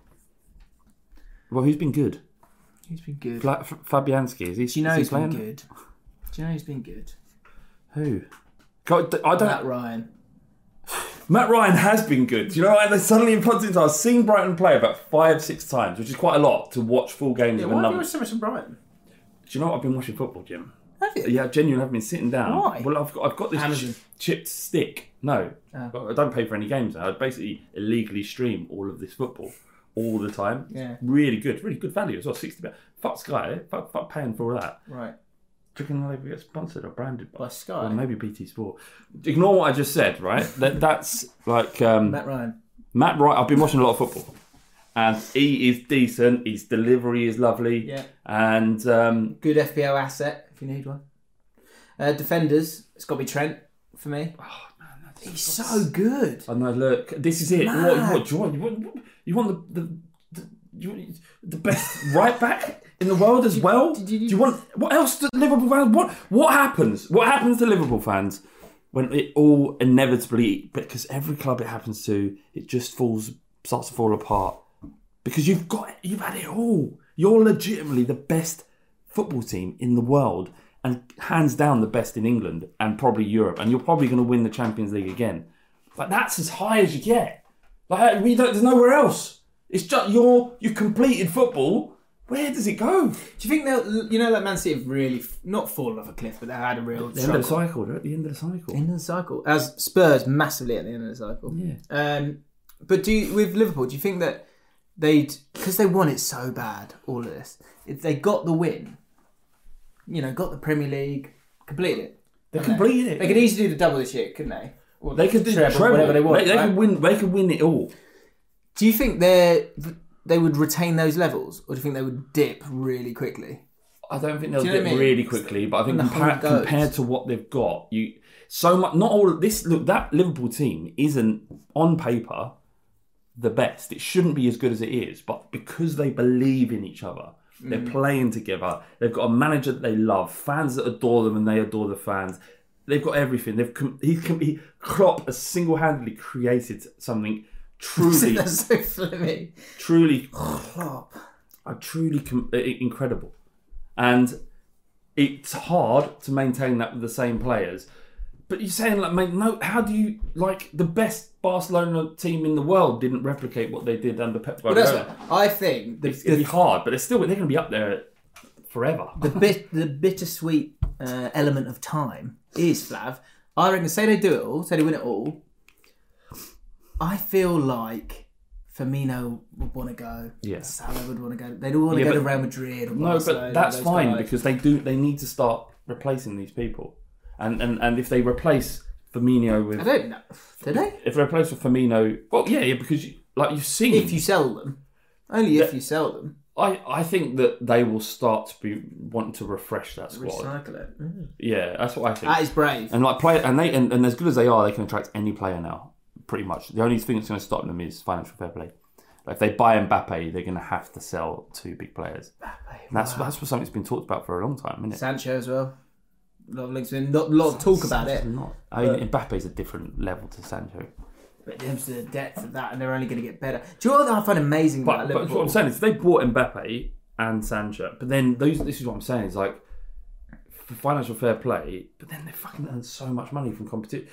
S2: well who's been good
S3: He's been good.
S2: Fla- F- Fabianski is he
S3: Do you know
S2: is he
S3: he's
S2: playing
S3: been good? Do you know he's been good?
S2: who God, I don't
S3: Matt Ryan.
S2: Matt Ryan has been good. You know, and then suddenly in Ponting's, I've seen Brighton play about five, six times, which is quite a lot to watch full games of a number.
S3: so much on Brighton?
S2: Do you know what? I've been watching football, Jim.
S3: Have you?
S2: Yeah, genuinely, I've been sitting down.
S3: Why?
S2: Well, I've got, I've got this
S3: Amazon. Oh.
S2: ch- chipped stick. No, I don't pay for any games now. I basically illegally stream all of this football all the time.
S3: Yeah.
S2: Really good, really good value as well. 60 pounds. Fuck Sky, fuck, fuck paying for all that.
S3: Right.
S2: Do you reckon they'll ever get sponsored or branded by,
S3: By Sky?
S2: Or maybe BT Sport. Ignore what I just said, right? that, that's like. Um,
S3: Matt Ryan.
S2: Matt Wright, I've been watching a lot of football, and he is decent. His delivery is lovely,
S3: Yeah.
S2: and um,
S3: Good FPL asset if you need one. Uh, defenders. It's got to be Trent for me. he's so good.
S2: I know. Look, this is it. What, what do you want? You want, you want the, the, the you want the best right back in the world as well.
S3: did
S2: do
S3: you-
S2: you want what else? Do Liverpool fans? What what happens? What happens to Liverpool fans when it all inevitably? Because every club it happens to, it just falls starts to fall apart. because you've got you've had it all. You're legitimately the best football team in the world and hands down the best in England and probably Europe and you're probably going to win the Champions League again. Like that's as high as you get. Like uh, we don't, there's nowhere else. It's just you're you completed football. Where does it go?
S3: Do you think they'll? You know, like Man City have really f- not fallen off a cliff, but they had a real
S2: The end of the
S3: struggle.
S2: cycle. They're at the end of the cycle.
S3: End of the cycle. As Spurs massively at the end of the cycle.
S2: Yeah.
S3: Um, but do you, with Liverpool, do you think that they'd because they won it so bad, all of this, if they got the win, you know, got the Premier League, completed it,
S2: They completed it.
S3: they could easily do the double this year, couldn't they? Or
S2: They could do
S3: treble,
S2: treble.
S3: whatever they want.
S2: They, they
S3: right?
S2: could win. They could win it all.
S3: Do you think they they would retain those levels, or do you think they would dip really quickly?
S2: I don't think they'll
S3: Do
S2: do,
S3: you know
S2: it
S3: what I mean?
S2: really quickly, but I think
S3: And the
S2: compar-
S3: whole goes.
S2: compared to what they've got, you so much. Not all this. Look, that Liverpool team isn't on paper the best. It shouldn't be as good as it is, but because they believe in each other,
S3: Mm.
S2: they're playing together. They've got a manager that they love, fans that adore them, and they adore the fans. They've got everything. They've com- he's com- he, Klopp has single-handedly created something truly,
S3: That's so flimmy.
S2: truly
S3: Plop.
S2: are truly com- i- incredible. And it's hard to maintain that with the same players. But you're saying, like, mate, no, how do you, like, the best Barcelona team in the world didn't replicate what they did under Pep
S3: But that's
S2: Guardiola?
S3: what, I think the,
S2: it's going to be hard, but it's still, they're going to be up there forever.
S3: the bit the bittersweet uh, element of time is Flav. I reckon. Say they do it all. Say they win it all. I feel like Firmino would want to go.
S2: Yeah.
S3: Salah would want to go. They'd all want to
S2: Yeah,
S3: go to
S2: but-
S3: Real Madrid. Or
S2: No,
S3: Barcelona,
S2: but that's
S3: those
S2: fine
S3: guys.
S2: because they do. They need to start replacing these people, and and, and if they replace Firmino
S3: I
S2: with
S3: don't know. Do they?
S2: if they replace with Firmino, well, yeah, yeah, because you, like you've seen,
S3: If you sell them, only if you sell them,
S2: I I think that they will start to be want to refresh that squad.
S3: recycle it. Mm.
S2: Yeah, that's what I think.
S3: That is brave.
S2: and like play and they and, and as good as they are, they can attract any player now. Pretty much, the only thing that's going to stop them is financial fair play. Like if they buy Mbappe, they're going to have to sell two big players. And that's that's what something that's been talked about for a long time, isn't it?
S3: Sancho as well. A lot of links in. Not a lot of talk about it.
S2: It's Not. I mean, Mbappe's a different level to Sancho.
S3: But in terms of the depth of that, and they're only going to get better. Do you know what I find amazing
S2: But,
S3: about
S2: but
S3: Liverpool?
S2: what I'm saying is, they bought Mbappe and Sancho, but then those. This is what I'm saying is like for financial fair play, but then they fucking earn so much money from competition.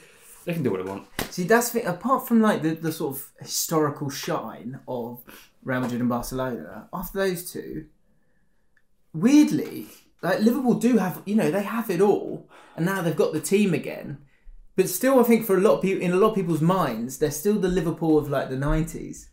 S2: They can do what they want.
S3: See, that's the, apart from like the, the sort of historical shine of Real Madrid and Barcelona. After those two, weirdly, like Liverpool do have you know they have it all, and now they've got the team again. But still, I think for a lot of people, in a lot of people's minds, they're still the Liverpool of like the nineties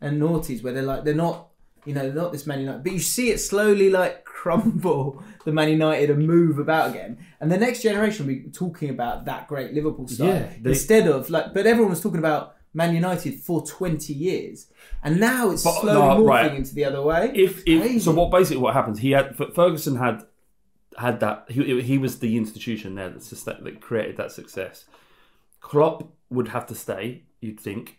S3: and noughties, where they're like they're not. You know, they're not this Man United, but you see it slowly like crumble the Man United and move about again. And the next generation will be talking about that great Liverpool style
S2: Yeah, they-
S3: instead of like. But everyone was talking about Man United for twenty years, and now it's
S2: But-
S3: slowly
S2: no,
S3: morphing
S2: right.
S3: into the other way.
S2: If, if
S3: Crazy.
S2: so, what basically what happens? He had F- Ferguson had had that. He, he was the institution there that, sustain, that created that success. Klopp would have to stay. You'd think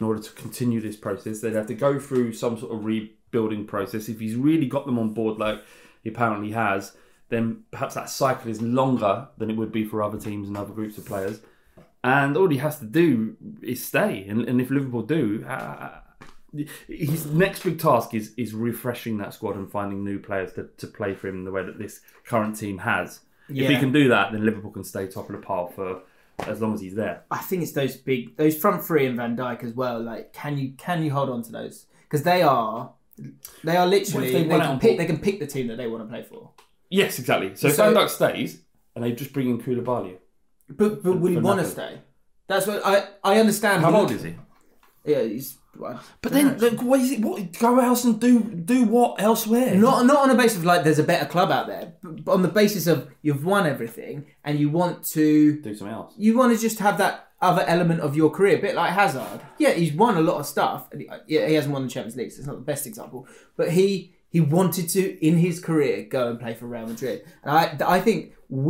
S2: in order to continue this process, they'd have to go through some sort of rebuilding process. If he's really got them on board, like he apparently has, then perhaps that cycle is longer than it would be for other teams and other groups of players. And all he has to do is stay. And, and if Liverpool do, uh, his next big task is is refreshing that squad and finding new players to, to play for him in the way that this current team has. If he
S3: Yeah.
S2: can do that, then Liverpool can stay top of the pile for as long as he's there.
S3: I think it's those big, those front three and Van Dyke as well. Like, can you can you hold on to those? Because they are, they are
S2: What
S3: literally
S2: if
S3: they,
S2: they went out
S3: can
S2: and
S3: pick
S2: bought-
S3: they can pick the team that they want to play for.
S2: Yes, exactly. So, if
S3: So-
S2: Van Dijk stays, and they just bring in Koulibaly.
S3: But but would he
S2: For
S3: want to
S2: nothing.
S3: stay? That's what I I understand.
S2: How old is he?
S3: Yeah, he's. well,
S2: But
S3: I
S2: then,
S3: don't know.
S2: look, what is it? What go else and do do what elsewhere?
S3: Not, not on a basis of like there's a better club out there, but on the basis of you've won everything and you want to
S2: do something else.
S3: you want to just have that other element of your career, a bit like uh, Hazard. Yeah, he's won a lot of stuff. And he, yeah, he hasn't won the Champions League, so it's not the best example. But he He wanted to, in his career, go and play for Real Madrid. And I, I think,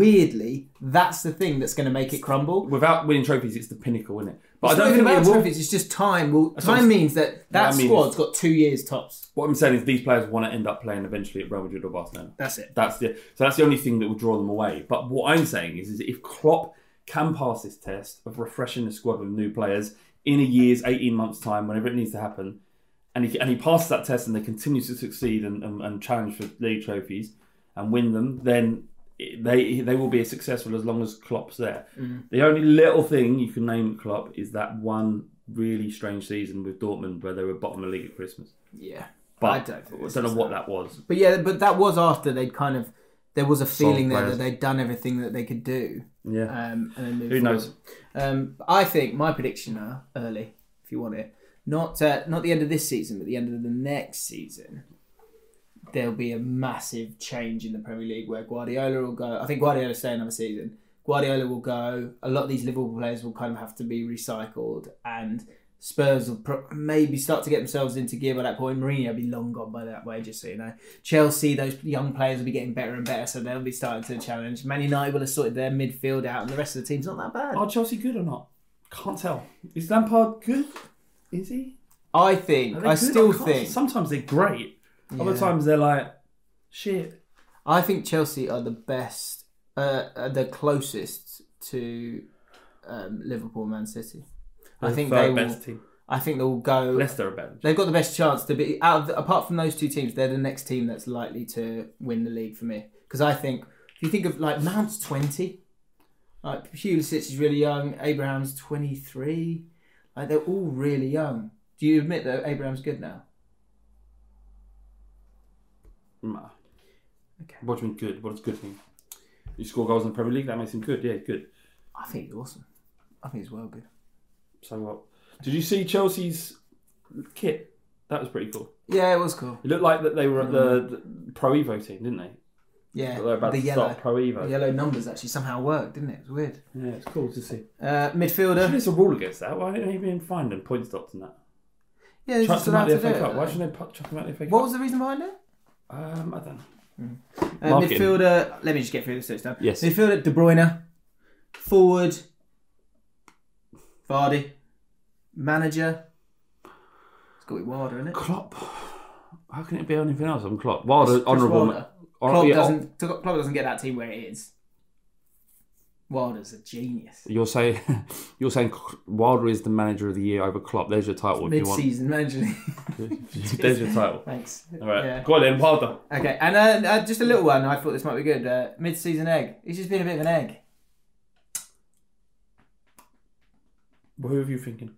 S3: weirdly, that's the thing that's going to make it crumble.
S2: Without winning trophies, it's the pinnacle, isn't it? But
S3: It's
S2: I
S3: not
S2: don't
S3: even
S2: think it
S3: about
S2: will.
S3: trophies, it's just time. Well,
S2: That's what
S3: time
S2: I'm-
S3: means that
S2: What I
S3: that
S2: mean is-
S3: squad's got two years tops.
S2: What I'm saying is these players want to end up playing eventually at Real Madrid or Barcelona.
S3: That's it.
S2: That's the so that's the only thing that will draw them away. But what I'm saying is, is if Klopp can pass this test of refreshing the squad with new players in a year's, eighteen months time, whenever it needs to happen, and he and he passes that test and they continue to succeed and, and, and challenge for league trophies and win them, then it- they they will be as successful as long as Klopp's there.
S3: Mm.
S2: The only little thing you can name Klopp is that one really strange season with Dortmund where they were bottom of the league at Christmas.
S3: Yeah.
S2: But
S3: I don't think this
S2: know
S3: is
S2: what that was.
S3: But yeah, but that was after they'd kind of. There was a feeling there
S2: players.
S3: that they'd done everything that they could do.
S2: Yeah.
S3: Um, and then move
S2: Who knows?
S3: forward. Um, I think my prediction are early, if you want it. Not uh, not the end of this season, but the end of the next season. There'll be a massive change in the Premier League where Guardiola will go. I think Guardiola will stay another season. Guardiola will go. A lot of these Liverpool players will kind of have to be recycled, and Spurs will pro- maybe start to get themselves into gear by that point. Mourinho will be long gone by that way, just so you know. Chelsea, those young players will be getting better and better, so they'll be starting to challenge. Man United will have sorted their midfield out, and the rest of the team's not that bad.
S2: Are Chelsea good or not? Can't tell. Is Lampard good? Is he?
S3: I
S2: Are
S3: think,
S2: they
S3: I
S2: good?
S3: still
S2: can't-
S3: think,
S2: Sometimes they're great. Other
S3: Yeah.
S2: times they're like, shit.
S3: I think Chelsea are the best, uh, are the closest to um, Liverpool, and Man City. I
S2: They're
S3: think
S2: the third
S3: they will.
S2: best team.
S3: I think they'll go.
S2: Leicester are better.
S3: They've got the best chance to be out. Of the, apart from those two teams, they're the next team that's likely to win the league for me. Because I think if you think of like Mount's twenty, like Pulisic is really young. Abraham's twenty three. Like they're all really young. Do you admit that Abraham's good now?
S2: Nah.
S3: Okay.
S2: What do you mean good? What does good mean? You score goals in the Premier League, that makes him good. Yeah, good.
S3: I think he's awesome. I think he's well good.
S2: So what? Did you see Chelsea's kit? That was pretty cool.
S3: Yeah, it was cool.
S2: It looked like that they were at the, the Pro Evo team, didn't they?
S3: Yeah,
S2: They're about
S3: the
S2: to
S3: yellow,
S2: start Pro Evo.
S3: the yellow numbers actually somehow worked, didn't it? It was weird.
S2: Yeah, it's cool to see.
S3: Uh, midfielder.
S2: There's a rule against that. Why don't they even fined and points dots and that?
S3: Yeah, he's
S2: Chuck
S3: just
S2: them out
S3: allowed
S2: the
S3: to do
S2: FA
S3: it.
S2: Cup. Why
S3: aren't
S2: shouldn't they pu- chuck them out the FA
S3: they?
S2: Cup?
S3: What was the reason behind it?
S2: Um, I don't know.
S3: Uh,
S2: Marketing.
S3: midfielder. Let me just get through this list now.
S2: Yes.
S3: Midfielder De Bruyne. Forward. Vardy. Manager. It's got to be Wilder, isn't it?
S2: Klopp. How can it be anything else? I'm Klopp. Wilder,
S3: Chris
S2: honourable.
S3: Wilder.
S2: Hon-
S3: Klopp
S2: yeah,
S3: doesn't. Klopp doesn't get that team where it is. Wilder's a genius.
S2: oh, You're saying you're saying Wilder is the manager of the year over Klopp. There's your title. If you want.
S3: Mid-season manager.
S2: There's your title.
S3: Thanks.
S2: All right,
S3: Yeah.
S2: go on then, Wilder.
S3: Okay, and uh, uh, just a little one. I thought this might be good. Uh, mid-season egg. He's just been a bit of an egg.
S2: Who are you thinking?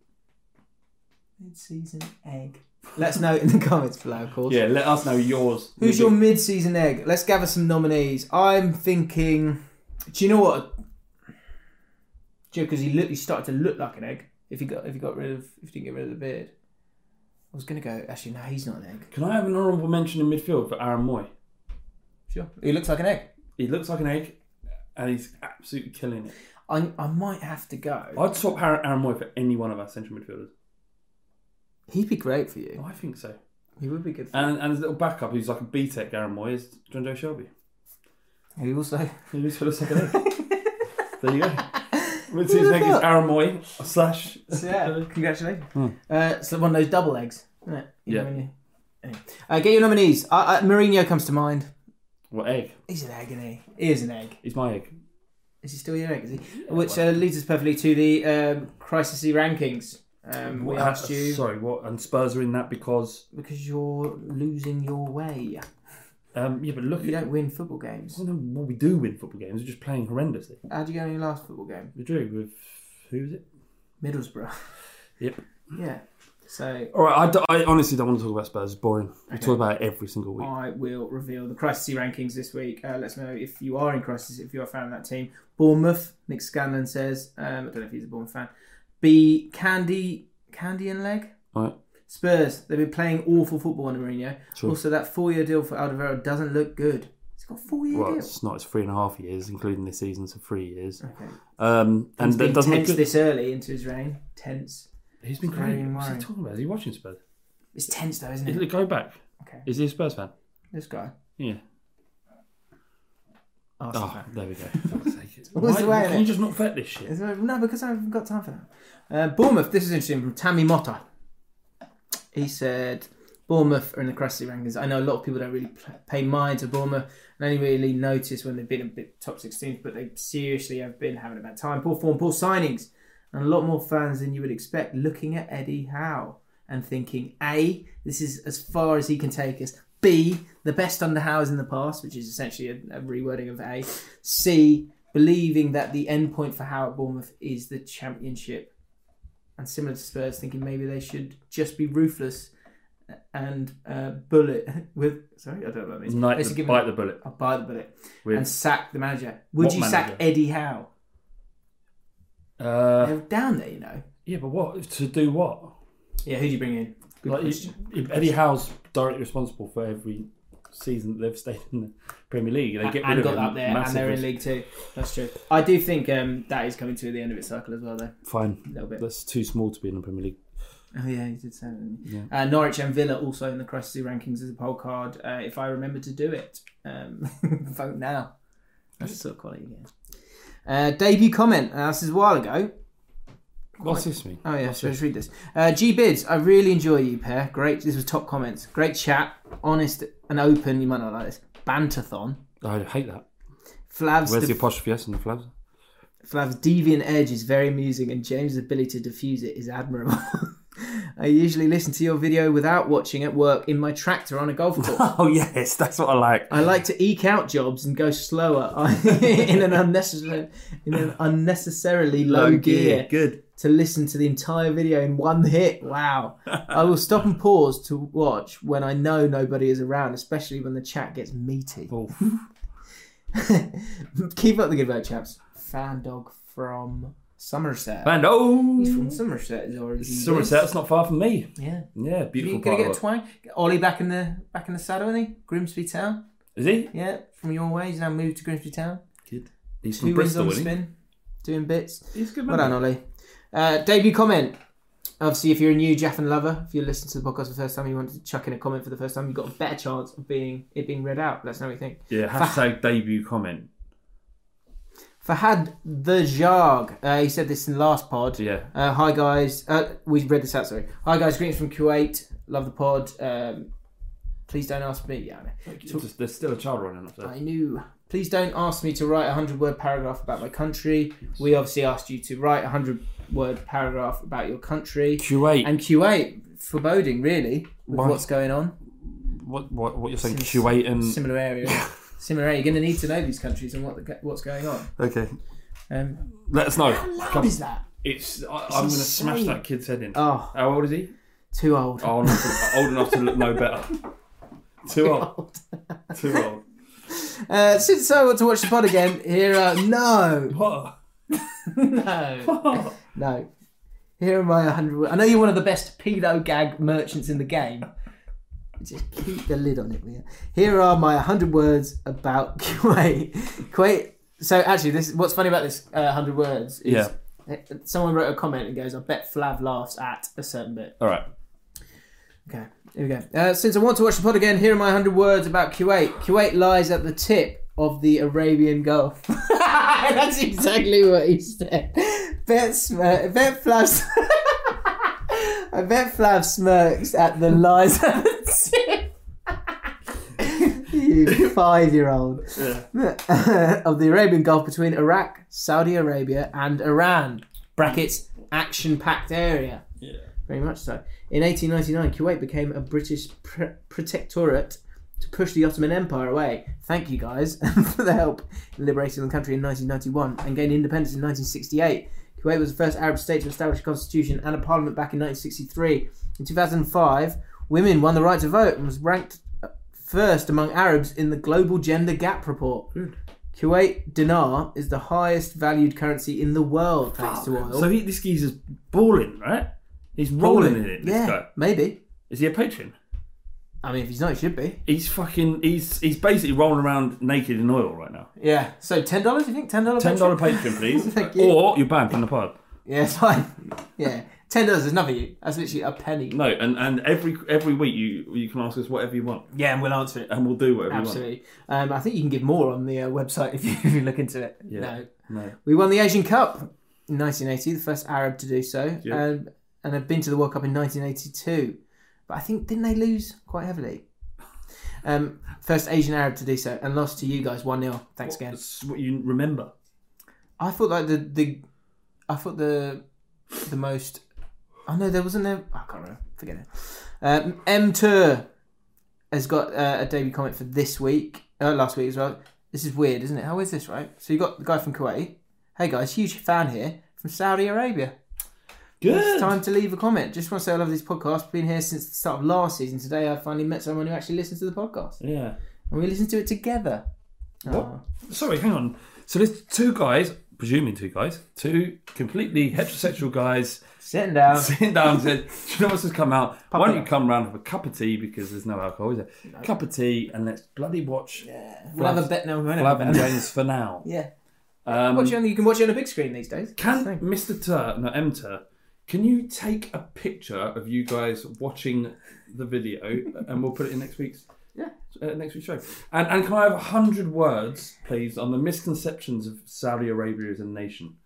S3: Mid-season egg. Let us know in the comments below, of course.
S2: Yeah, let us know yours.
S3: Who's your mid-season egg? Let's gather some nominees. I'm thinking. Do you know what? Because he look, he started to look like an egg. If he got if he got rid of if he didn't get rid of the beard, I was gonna go. Actually, no, he's not an egg.
S2: Can I have an honourable mention in midfield for Aaron Moy?
S3: Sure, he looks like an egg.
S2: He looks like an egg, and he's absolutely killing it.
S3: I I might have to go.
S2: I'd swap Aaron, Aaron Moy for any one of our central midfielders.
S3: He'd be great for you.
S2: I think so.
S3: He would be good. For
S2: And and his little backup, who's like a B Tech Aaron Moy, is John Joe Shelby.
S3: you. He also.
S2: He was for the second egg. there you go. Mid season egg is Aaron Moy slash.
S3: yeah, congratulations. Uh, it's one of those double eggs, isn't it? You
S2: Yeah.
S3: know when you- anyway. Uh, get your nominees. Uh, uh, Mourinho comes to mind.
S2: What egg?
S3: He's an egg, isn't he? He is an egg.
S2: He's my egg.
S3: Is he still your egg? Is he? Which uh, leads us perfectly to the um, crisisy rankings. Um, we
S2: What- uh,
S3: asked you
S2: Sorry, what? And Spurs are in that because.
S3: because you're losing your way.
S2: Um, yeah, but look
S3: You
S2: at.
S3: don't win football games.
S2: Well, no, what we do win football games is just playing horrendously.
S3: How would you go in your last football game?
S2: We drew with. Who was it?
S3: Middlesbrough.
S2: Yep.
S3: yeah. So
S2: All right, I, d- I honestly don't want to talk about Spurs. It's boring. We talk about it every single week.
S3: I will reveal the crisis rankings this week. Uh, let's know if you are in crisis, if you are a fan of that team. Bournemouth, Nick Scanlon says. Um, I don't know if he's a Bournemouth fan. B. Candy, Candy and Leg.
S2: All right.
S3: Spurs. They've been playing awful football under Mourinho. Also, that four-year deal for Alderweireld doesn't look good. He's got a four-year
S2: Well,
S3: deal.
S2: it's not. It's three and a half years, including this season, so three years.
S3: Okay.
S2: Um, and
S3: He's
S2: that
S3: been
S2: doesn't look
S3: tense
S2: good.
S3: this early into his reign. Tense.
S2: He's been
S3: Very
S2: great. What's he
S3: worrying.
S2: talking about? Is he watching Spurs?
S3: It's tense though, isn't
S2: Is
S3: it?
S2: it- Go back.
S3: Okay.
S2: Is he a Spurs fan?
S3: This guy.
S2: Yeah.
S3: Arsenal
S2: Oh,
S3: fan.
S2: there we go. For fuck's sake.
S3: Always
S2: Why-
S3: the way,
S2: can
S3: innit?
S2: you just not vet this shit?
S3: Is there- No, because I haven't got time for that. Uh, Bournemouth, this is interesting from Tammy Motta. He said, Bournemouth are in the crusty rankings. I know a lot of people don't really pl- pay mind to Bournemouth and only really notice when they've been a bit top 16, but they seriously have been having a bad time. Poor form, poor signings, and a lot more fans than you would expect looking at Eddie Howe and thinking, A, this is as far as he can take us. B, the best under Howe's in the past, which is essentially a, a rewording of A. C, believing that the end point for Howe at Bournemouth is the championship. And similar to Spurs, thinking maybe they should just be ruthless and uh, bullet with. Sorry, I don't know what that means.
S2: Night
S3: Basically
S2: the,
S3: give
S2: bite
S3: him-
S2: the bullet.
S3: I'll bite the bullet.
S2: With-
S3: And sack the manager. Would
S2: What
S3: you sack
S2: manager?
S3: Eddie Howe?
S2: Uh,
S3: They're down there, you know.
S2: yeah, but what to do? What?
S3: Yeah, who do you bring in? Good
S2: Like,
S3: question.
S2: if Eddie Howe's directly responsible for every season that they've stayed in the Premier League. They get rid
S3: and
S2: of
S3: got
S2: him
S3: up there, and they're in
S2: massively.
S3: League Two. That's true. I do think um, that is coming to the end of its cycle as well, though.
S2: Fine,
S3: Little bit.
S2: that's too small to be in the Premier League.
S3: Oh yeah, you did say that. didn't you? Uh, Norwich and Villa also in the crisis rankings as a poll card. Uh, if I remember to do it, um, vote now. That's the sort of quality. Yeah. Uh, debut comment. Uh, this is a while ago.
S2: What's this mean?
S3: Oh yeah, so let's read this. Uh, G bids. I really enjoy you, pair. Great. This was top comments. Great chat. Honest and open. You might not like this. Bantathon.
S2: I hate that.
S3: Flav's
S2: Where's the
S3: def-
S2: apostrophe S in the flags?
S3: Flav's deviant edge is very amusing, and James' ability to diffuse it is admirable. I usually listen to your video without watching at work in my tractor on a golf course.
S2: Oh yes, that's what I like.
S3: I like to eke out jobs and go slower in an unnecessary, in an unnecessarily low, gear
S2: Good.
S3: to listen to the entire video in one hit. Wow. I will stop and pause to watch when I know nobody is around, especially when the chat gets meaty. Keep up the good work, chaps. Fan dog from Somerset.
S2: And oh,
S3: He's from Somerset, is already.
S2: Somerset. That's not far from me.
S3: Mm-hmm. Yeah.
S2: Yeah, beautiful
S3: You gonna
S2: part.
S3: get
S2: of
S3: a twang? Ollie back in the back in the saddle, isn't he? Grimsby Town.
S2: it. Is he?
S3: Yeah, from your way, he's now moved to Grimsby Town.
S2: Kid. He's
S3: Two
S2: from
S3: wins
S2: Bristol,
S3: on
S2: isn't he?
S3: spin, doing bits.
S2: He's a good
S3: Well done, Ollie. Uh, debut comment. Obviously, if you're a new Jaffin lover, if you listen to the podcast for the first time, you want to chuck in a comment for the first time, you've got a better chance of being it being read out. Let us know what you think.
S2: Yeah, hashtag debut comment.
S3: Fahad the Jarg, uh, he said this in last pod.
S2: Yeah.
S3: Uh, hi guys, uh, we read this out. Sorry. Hi guys, greetings from Kuwait. Love the pod. Um, please don't ask me. Yeah, I know.
S2: Just- there's still a child running up there.
S3: I knew. Please don't ask me to write a hundred word paragraph about my country. We obviously asked you to write a hundred word paragraph about your country.
S2: Kuwait.
S3: and Kuwait foreboding really with
S2: Why?
S3: what's going on.
S2: what, what, what you're saying?
S3: Since-
S2: Kuwait and
S3: Similar area, similar area. You're going to need to know these countries and what the, what's going on.
S2: okay.
S3: Um,
S2: Let us know.
S3: what is that?
S2: It's. I, I'm going to smash
S3: insane.
S2: that kid's head in.
S3: Oh.
S2: How old is he?
S3: Too old.
S2: Oh, old, enough to, old enough to look no better. Too old. Too old.
S3: Uh, since I want to watch the pod again, here are no,
S2: What?
S3: no, no. Here are my 100. wo- I know you're one of the best pedo gag merchants in the game. Just keep the lid on it, will you? Here are my 100 words about Kuwait. Kuwait. So actually, this what's funny about this uh, 100 words is eh,
S2: Yeah.
S3: someone wrote a comment and goes, "I bet Flav laughs at a certain bit."
S2: All right.
S3: Okay, here we go. Uh, since I want to watch the pod again, here are my 100 words about Kuwait. Kuwait lies at the tip of the Arabian Gulf. That's exactly what he said. Bet, sm- uh, bet Flav... I bet Flav smirks at the lies at the tip. you five-year-old. of the Arabian Gulf between Iraq, Saudi Arabia and Iran. Brackets, action-packed area. Very much so. In 1899, Kuwait became a British pr- protectorate to push the Ottoman Empire away. Thank you guys for the help in liberating the country in 1991 and gained independence in 1968. Kuwait was the first Arab state to establish a constitution and a parliament back in 1963. In 2005, women won the right to vote and was ranked uh, first among Arabs in the Global Gender Gap Report. Kuwait dinar is the highest valued currency in the world thanks to oil.
S2: So he, this geezer's balling, right? He's rolling in it. This
S3: yeah,
S2: guy.
S3: maybe.
S2: Is he a patron?
S3: I mean, if he's not, he should be.
S2: He's fucking. He's he's basically rolling around naked in oil right now.
S3: Yeah. So ten dollars? You think ten dollars?
S2: Ten dollar patron, please.
S3: Thank you.
S2: or you're banned from the pod.
S3: Yeah, it's fine. Yeah, ten dollars is nothing. That's literally a penny.
S2: No, and, and every every week you you can ask us whatever you want,
S3: Yeah, and we'll answer it.
S2: and we'll do whatever
S3: Absolutely. Um, I think you can give more on the uh, website if you, if you look into it.
S2: you want.
S3: No.
S2: No, no.
S3: We won the Asian Cup in 1980, the first Arab to do so,
S2: Yeah.
S3: um, and had been to the World Cup in 1982. But I think didn't they lose quite heavily? Um, first Asian Arab to do so, and lost to you guys one 0 Thanks again.
S2: That's what you remember.
S3: I thought like the the I thought the the most. Oh no, there wasn't a. I can't remember. Forget it. Um, M Tour has got uh, a debut comment for this week. Uh, last week as well. This is weird, isn't it? How is this right? So you got the guy from Kuwait. Hey guys, huge fan here from Saudi Arabia. It's
S2: Good.
S3: time to leave a comment. Just want to say I love this podcast. Been here since the start of last season. Today I finally met someone who actually listens to the podcast,
S2: Yeah.
S3: and we listened to it together. Aw.
S2: Sorry, hang on. So there's two guys, presuming two guys, two completely heterosexual guys
S3: Sitting down.
S2: sitting down and said, Do you know what's just come out? Why don't you
S3: Oh. up.
S2: come round and have a cup of tea because there's no alcohol, is there? Cup of tea and let's bloody watch yeah.
S3: We'll have a bet now.
S2: Flav and James for now.
S3: Yeah.
S2: Um,
S3: Watch it on, you can watch it on a big screen these days.
S2: Can Mr. Tur, no, M Tur, can you take a picture of you guys watching the video and we'll put it in next week's
S3: Yeah.
S2: uh, next week's show? And, and can I have a hundred words, please, on the misconceptions of Saudi Arabia as a nation?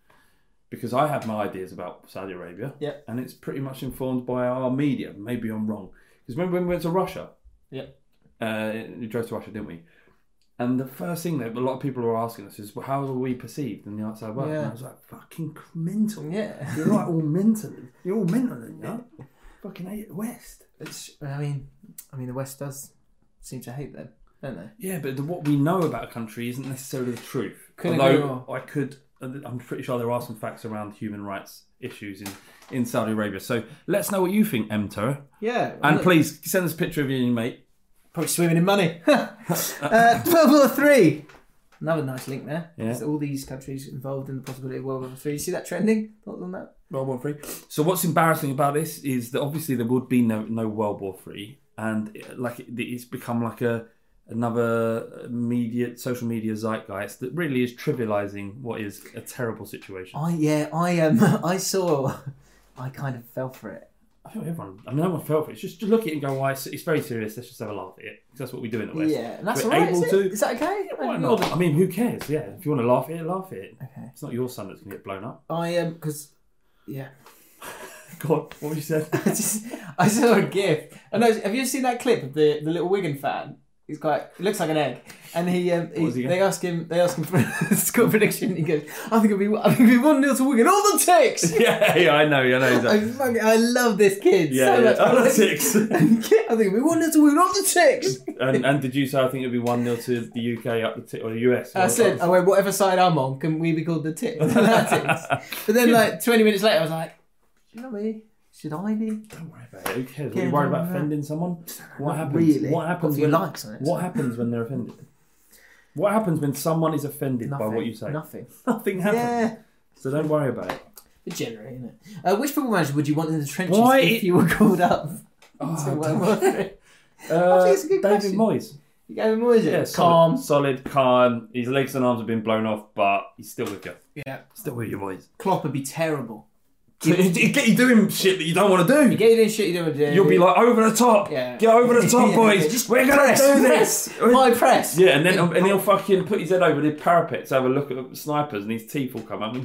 S2: Because I have my ideas about Saudi Arabia,
S3: Yep.
S2: and it's pretty much informed by our media. Maybe I'm wrong. Because remember when we went to Russia,
S3: Yeah.
S2: uh, we drove to Russia, didn't we? And the first thing that a lot of people were asking us is, well, how are we perceived in the outside world? And
S3: Yeah.
S2: I was like, fucking mental.
S3: Yeah.
S2: You're like all mental. You're all mental, you know? Fucking hate it West.
S3: It's, I mean, I mean, the West does seem to hate them, don't they?
S2: Yeah, but the, what we know about a country isn't necessarily the truth.
S3: Couldn't agree
S2: Although
S3: more.
S2: I could, uh, I'm pretty sure there are some facts around human rights issues in, in Saudi Arabia. So let us know what you think, Emter.
S3: Yeah.
S2: And please send us a picture of you and your mate.
S3: probably swimming in money. uh, World War Three. Another nice link there.
S2: Yeah.
S3: There's all these countries involved in the possibility of World War Three. You see that trending? Thoughts on that?
S2: World War Three. So what's embarrassing about this is that obviously there would be no no World War Three, and it- like it- it's become like a another uh, media social media zeitgeist that really is trivializing what is a terrible situation.
S3: I yeah. I Um, I saw. I kind of fell for it.
S2: I think everyone, I mean, no one felt for it. It's just to look at it and go, "Why? it's, it's very serious. Let's just have a laugh at it." 'Cause that's what we do in the West.
S3: Yeah, and that's
S2: We're
S3: alright.
S2: able
S3: Is,
S2: to-
S3: it? Is that okay?
S2: Why not? I mean, who cares? Yeah, if you want to laugh at it, laugh at it.
S3: Okay.
S2: It's not your son that's gonna get blown up.
S3: I um, because yeah.
S2: God, what you said?
S3: I just I saw a gif. I know. Have you seen that clip of the, the little Wigan fan? He's quite. He looks like an egg. And he, um, he,
S2: was he going?
S3: they ask him, they ask him for a score prediction. He goes, I think it'll be, I think it'll be one 0 to Wigan. All the takes.
S2: yeah, yeah, I know, I know.
S3: I,
S2: Exactly.
S3: fucking, I love this kid
S2: Yeah, Oh, yeah.
S3: so much.
S2: All the ticks.
S3: I think it'll be one 0 to Wigan. All the takes.
S2: And, and did you say I think it'd be one 0 to the UK up the t- or the US?
S3: I said, I went, whatever side I'm on, can we be called the ticks? but then, like twenty minutes later, I was like, should I be? Should I be?
S2: Don't worry about it. Who cares?
S3: Yeah,
S2: Are you worried
S3: don't
S2: about
S3: worry.
S2: offending someone? What happens?
S3: really.
S2: What
S3: Got
S2: happens
S3: a few
S2: when
S3: likes on it,
S2: What
S3: so.
S2: happens when they're offended? What happens when someone is offended by what you say?
S3: Nothing.
S2: Nothing happens.
S3: Yeah.
S2: So don't worry about it.
S3: Generally, isn't it? Uh, which football manager would you want in the trenches
S2: Why-
S3: if you were called up? to World War Three?
S2: Uh,
S3: think it's a
S2: David
S3: good question.
S2: Moyes.
S3: You gave him Moyes,
S2: Yeah, solid-
S3: calm.
S2: solid, calm. His legs and arms have been blown off, but he's still with you.
S3: Yeah,
S2: Still with you, boys.
S3: Klopp would be terrible.
S2: You, you doing shit that you don't want to
S3: You
S2: do.
S3: get in shit, you don't want to do.
S2: You'll be like over the top.
S3: Yeah.
S2: Get over the top,
S3: Yeah,
S2: boys.
S3: yeah, just
S2: We're gonna
S3: press,
S2: do
S3: press,
S2: this.
S3: my press.
S2: Yeah, and then and he'll fucking put his head over the parapet to have a look at snipers, and his teeth will come out.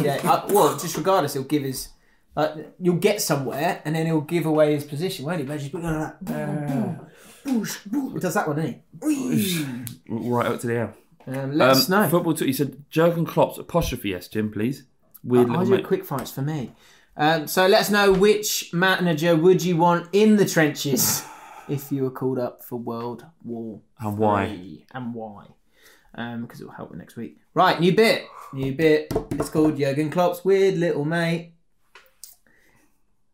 S3: yeah, yeah. Uh, well, just regardless, he'll give his. Like, you'll get somewhere, and then he'll give away his position, won't he? But just be like, that. Boosh, boosh. He does that one, doesn't he?
S2: Right up to the air.
S3: Um, let us know.
S2: Football. T- you said Jurgen Klopp's apostrophe yes, Jim, please. Weird
S3: I
S2: little
S3: do
S2: mate.
S3: quick fights for me. Um, so let us know which manager would you want in the trenches if you were called up for World War
S2: And why?
S3: Three, and why? Because it will help with next week. Right, new bit, new bit. It's called Jurgen Klopp's weird little mate.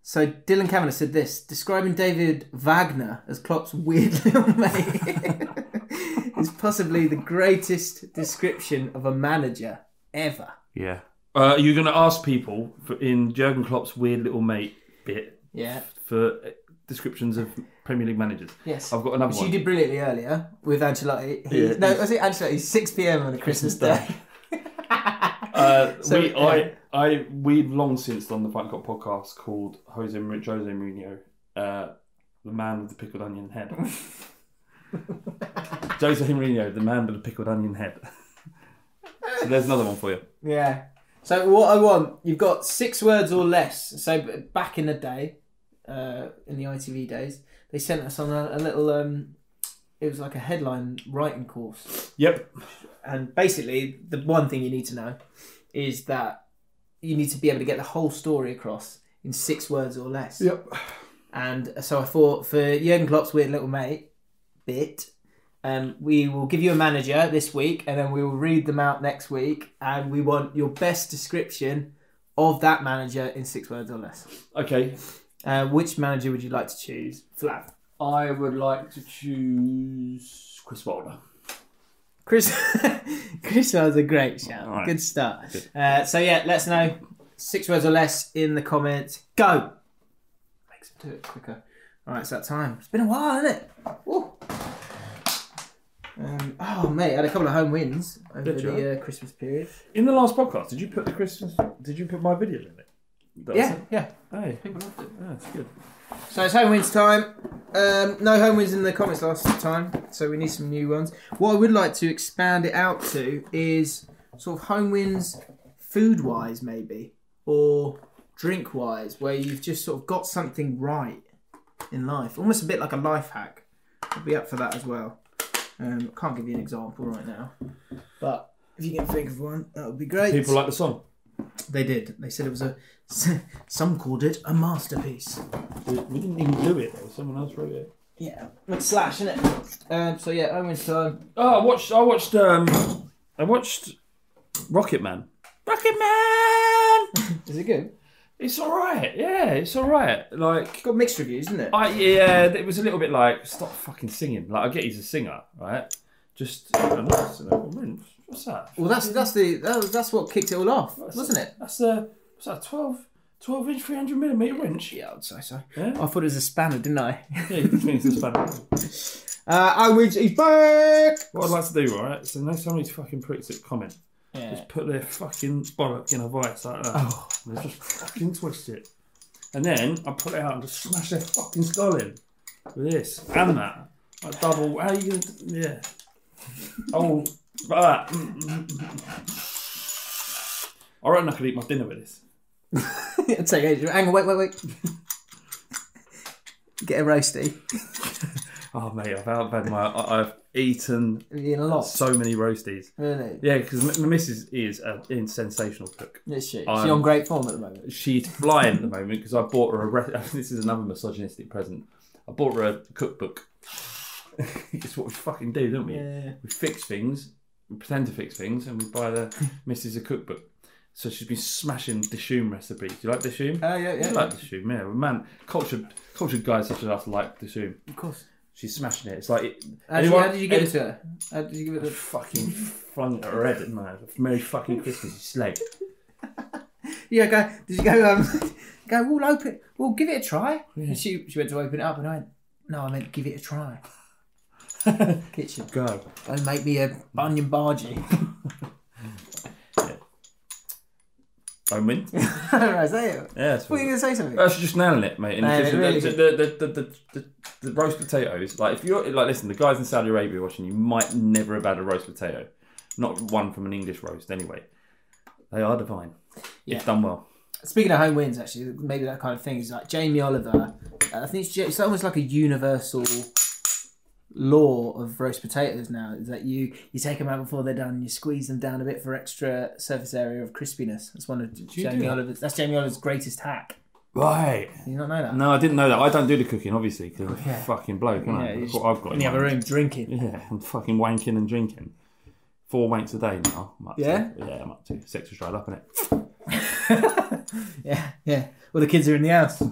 S3: So Dylan Kavanagh said this, describing David Wagner as Klopp's weird little mate is possibly the greatest description of a manager ever.
S2: Yeah. Uh, you're going to ask people for, in Jurgen Klopp's weird little mate bit
S3: Yeah.
S2: for uh, descriptions of Premier League managers.
S3: Yes.
S2: I've got another
S3: Which
S2: one.
S3: you did brilliantly earlier with Ancelotti. He,
S2: Yeah.
S3: no, I was it Ancelotti? 6 p.m. on a Christmas day.
S2: Uh,
S3: So,
S2: we, I,
S3: yeah.
S2: I, we've long since done the Fight Cop podcast called Jose, Mourinho- Jose Mourinho, uh, the man with the pickled onion head. Jose Mourinho, the man with the pickled onion head. so there's another one for you.
S3: Yeah. So what I want, you've got six words or less. So b- back in the day, uh, in the ITV days, they sent us on a, a little. Um, it was like a headline writing course,
S2: Yep.
S3: and basically the one thing you need to know is that you need to be able to get the whole story across in six words or less.
S2: Yep.
S3: And so I thought for Jurgen Klopp's weird little mate bit, um, we will give you a manager this week, and then we will read them out next week, and we want your best description of that manager in six words or less.
S2: Okay.
S3: Uh, which manager would you like to choose? Flav.
S2: I would like to choose Chris Wilder.
S3: Chris. Chris was a great shout.
S2: All right.
S3: Good start. Uh, so yeah, let us know six words or less in the comments. Go. Makes it do it quicker. All right, it's that time. It's been a while, isn't it? Woo. Um, oh mate, I had a couple of home wins over
S2: Did you?
S3: the uh, Christmas period.
S2: In the last podcast, did you put the Christmas? Did you put my video in it? That was
S3: yeah,
S2: it?
S3: yeah.
S2: Hey, people loved it. Yeah, it's good.
S3: So it's home wins time. Um, no home wins in the comments last time, so we need some new ones. What I would like to expand it out to is sort of home wins food wise, maybe, or drink wise, where you've just sort of got something right in life. Almost a bit like a life hack. I'll be up for that as well. Um, can't give you an example right now, but if you can think of one, that would be great.
S2: People like the song.
S3: they did. They said it was a. Some called it a masterpiece.
S2: We, we didn't even do it. though. Someone else wrote it.
S3: Yeah, it's slash, isn't it? Um, so yeah, Owen's time.
S2: Oh, I watched. I watched. Um, I watched Rocket Man. Rocket Man.
S3: Is it good?
S2: It's all right. Yeah, it's all right. Like,
S3: Got mixed reviews, isn't it?
S2: I yeah, it was a little bit like stop fucking singing. Like, I get he's a singer, right? Just I'm not a singer. What's that?
S3: well, that's that's the that was, that's what kicked it all off, wasn't it?
S2: That's a what's that? 12, 12 inch, three hundred millimeter winch.
S3: Yeah, I'd say so.
S2: Yeah.
S3: I thought it was a spanner, didn't I?
S2: Yeah, it means it's bad.
S3: Uh, Owen's he's back.
S2: What I'd like to do, right? So next time these fucking pricks that comment, just put their fucking bollock in a vice like that. Oh. And they just fucking twist it. And then I pull it out and just smash their fucking skull in. With this and that. Like double. How are you going to. Yeah. Oh, like that. Mm, mm, mm. I reckon I could eat my dinner with this.
S3: I'd say, yeah, hang on, wait, wait, wait. Get a roasty.
S2: Oh, mate, I've outfed my. I- I've eaten
S3: Eating a lot.
S2: so many roasties.
S3: really?
S2: Yeah, because my missus E is a in sensational cook.
S3: Is she? Is she
S2: I'm-
S3: on great form at the moment?
S2: she's flying at the moment because I bought her a. Re- this is another misogynistic present. I bought her a cookbook. it's what we fucking do, don't we?
S3: Yeah.
S2: We fix things, we pretend to fix things, and we buy the missus a cookbook. So she's been smashing dishoom recipes. Do you like dishoom?
S3: Oh, yeah, yeah.
S2: I like dishoom. Yeah, Well, man, cultured cultured guys such as us like dishoom.
S3: Of course.
S2: She's smashing it. It's like it,
S3: How, did you,
S2: anyone-
S3: how did you give it
S2: any-
S3: to her? How did you give it to her?
S2: Fucking flung it at her head, didn't I? Merry fucking Christmas, you slave.
S3: Yeah, go. Did you go? Um, go. We'll open. We'll give it a try. And she she went to open it up, and I went, no, I meant give it a try. Kitchen.
S2: Go.
S3: Don't make me a onion bargee.
S2: Don't win. Yeah,
S3: right, is that it?
S2: that's
S3: What were you gonna say something?
S2: That's just nailing it, mate. And
S3: Mate,
S2: just-
S3: it really
S2: the, the, the, the, the, the, the roast potatoes, like if you're like, listen, the guys in Saudi Arabia watching, you might never have had a roast potato, not one from an English roast, anyway. They are divine
S3: Yeah.
S2: if done well.
S3: Speaking of home wins, actually, maybe that kind of thing is like Jamie Oliver. Uh, I think it's, ju- it's almost like a universal law of roast potatoes now is that you you take them out before they're done, you squeeze them down a bit for extra surface area of crispiness. That's one of
S2: you do
S3: Jamie
S2: that?
S3: Oliver's. That's Jamie Oliver's greatest hack.
S2: Right.
S3: Did you not know that?
S2: No, I didn't know that. I don't do the cooking, obviously, because I'm a fucking bloke, aren't
S3: Yeah,
S2: I?
S3: you
S2: That's
S3: just-
S2: what I've got.
S3: in the
S2: in
S3: other
S2: mind.
S3: room drinking.
S2: Yeah, I'm fucking wanking and drinking. Four wanks a day now. I'm up to.
S3: Yeah?
S2: Yeah, I'm up to. Sex was dried up, innit?
S3: Yeah, yeah. Well, the kids are in the house.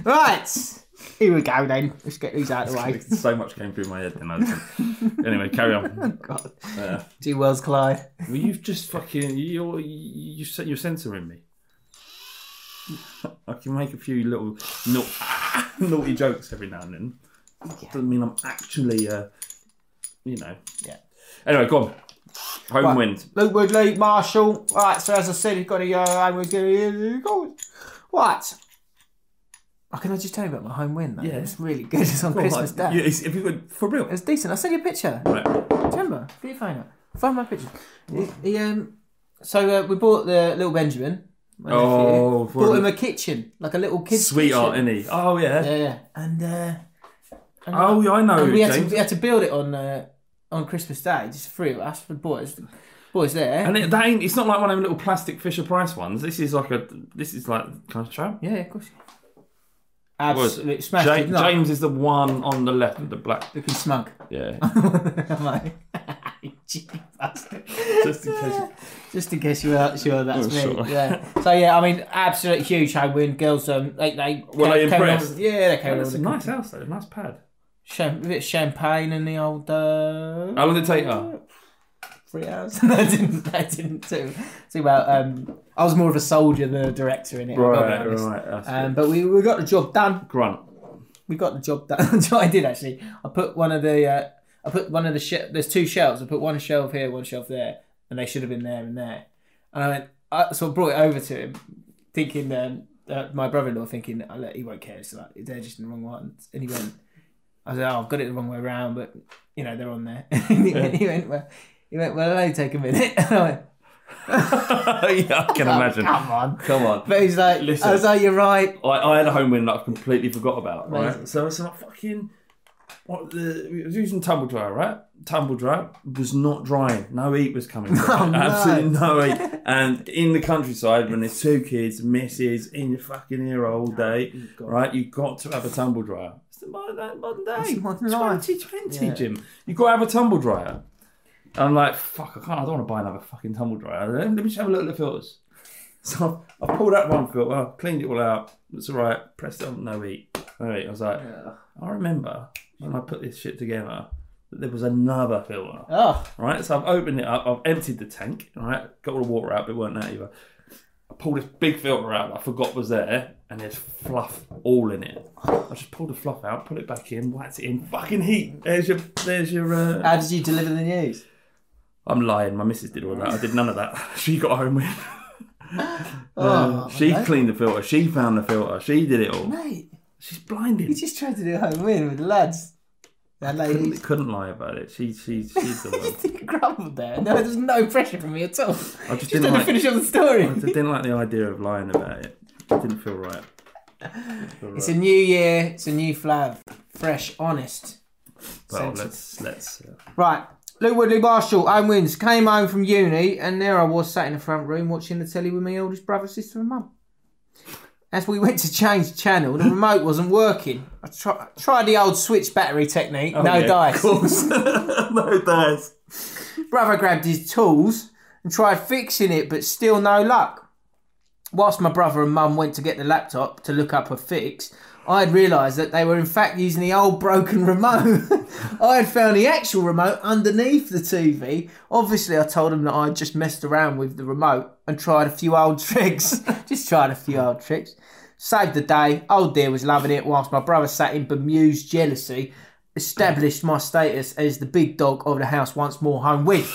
S3: right, here we go then. Let's get these out of the way.
S2: so much came through my head then. I was- anyway, carry on.
S3: God.
S2: Yeah.
S3: Two worlds collide.
S2: Well, you've just fucking you're you, you you're censoring me. I can make a few little na- naughty jokes every now and then. Doesn't mean I'm actually, uh, you know.
S3: Yeah.
S2: Anyway, go on. Home
S3: Right.
S2: win.
S3: Luke Woodley, Marshall. All right, so as I said, you've got to uh, go and we're going to What? Oh, can I just tell you about my home win, though?
S2: Yeah.
S3: It's really good. It's on Christmas Day.
S2: Yeah, it's, if you would, for real.
S3: It's decent. I sent you a picture.
S2: Right.
S3: Do you remember? Can you find it? Find my picture. He- he, um, so uh, we bought the little Benjamin. my
S2: Oh,
S3: nephew.
S2: for
S3: bought
S2: the-
S3: him a kitchen, like a little kid's
S2: Sweetheart,
S3: kitchen.
S2: isn't he? Oh, yeah.
S3: Yeah, yeah. And, uh, and
S2: Oh, yeah, I know.
S3: and we had, to,
S2: James.
S3: we had to build it on uh, on Christmas Day, just three of us, the boys, boys there.
S2: And it, that ain't, it's not like one of them little plastic Fisher Price ones. This is like a. This is like. Can I show? 'em?
S3: yeah, yeah, of course.
S2: Was-
S3: Absolutely smashed
S2: Ja-
S3: it. No,
S2: James is the one on the left with the black.
S3: looking smug.
S2: Yeah.
S3: I'm like, "Gee, bastard."
S2: Just in case.
S3: Just in case you weren't sure, that's
S2: Oh,
S3: me.
S2: sorry.
S3: Yeah. So yeah, I mean, absolute huge home win. Girls, um, they they
S2: Were they
S3: came along-
S2: impressed?
S3: yeah, they came
S2: It's a
S3: along. Nice.
S2: nice house though. Nice pad.
S3: Cham- a bit of champagne and the old uh,
S2: How long did it take her?
S3: three hours. no, I didn't. I didn't do too well. Um, I was more of a soldier than a director in it. I've got to be honest.
S2: that's
S3: Um,
S2: good.
S3: but we, we got the job done.
S2: Grunt.
S3: we got the job done. That's what I did actually. I put one of the uh, I put one of the she- there's two shelves. I put one shelf here, one shelf there, and they should have been there and there. And I went I, so I brought it over to him, thinking um, uh, my brother-in-law thinking oh, look, he won't care. It's like they're just in the wrong ones. And he went, I said, oh, I've got it the wrong way around, but you know they're on there. and he, went, he went, well, he went, well, they take a minute. And I went,
S2: yeah, I can imagine.
S3: come on,
S2: Come on.
S3: But he's like,
S2: Listen.
S3: I was like, you're right.
S2: I, I had a home win that I've completely forgot about.
S3: Amazing.
S2: Right. So it's like fucking. What the, I was using tumble dryer, right? Tumble dryer was not drying. No heat was coming. from it.
S3: Oh, no.
S2: Absolutely no heat. and in the countryside, when there's two kids, misses in your fucking ear all day, right? You've got to have a tumble dryer. It's the modern, modern day.
S3: It's modern life.
S2: 2020,
S3: Yeah.
S2: Jim. You've got to have a tumble dryer. And I'm like, fuck, I can't, I don't want to buy another fucking tumble dryer. Let me just have a look at the filters. So I pulled out one filter, cleaned it all out. It's all right. Pressed it on, no heat. No heat. I was like, I remember when I put this shit together that there was another filter.
S3: Oh,
S2: Right, so I've opened it up. I've emptied the tank. Right, got all the water out, but it weren't that either. I pulled this big filter out that I forgot was there, and there's fluff all in it. I just pulled the fluff out, put it back in, whacked it in. Fucking heat. There's your, there's your. Uh,
S3: how did you deliver the news?
S2: I'm lying. My missus did all that. I did none of that. She got home with. Uh,
S3: Oh,
S2: she
S3: okay.
S2: cleaned the filter. She found the filter. She did it all.
S3: mate.
S2: She's blinded.
S3: He just tried to do a home win with the lads. That
S2: Couldn't,
S3: lady
S2: couldn't lie about it. She, she, she's the one.
S3: grumbled there. No, there's no pressure from me at all.
S2: I just
S3: Just
S2: didn't
S3: had to
S2: like.
S3: finish up the story.
S2: I just didn't like the idea of lying about it. It didn't feel right.
S3: It's a new year. It's a new flav. Fresh, honest.
S2: Well,
S3: Sense-
S2: let's let's. Uh,
S3: Right. Luke Woodley Marshall, Owen Wins, came home from uni, and there I was sat in the front room watching the telly with my oldest brother, sister, and mum. As we went to change channel, the remote wasn't working. I try, tried the old switch battery technique, no
S2: Oh, yeah,
S3: dice.
S2: Of course, no dice.
S3: Brother grabbed his tools and tried fixing it, but still no luck. Whilst my brother and mum went to get the laptop to look up a fix, I had realised that they were in fact using the old broken remote. I had found the actual remote underneath the TV. Obviously, I told them that I just messed around with the remote and tried a few old tricks. just tried a few old tricks. Saved the day. Old dear was loving it, whilst my brother sat in bemused jealousy, established my status as the big dog of the house once more home with.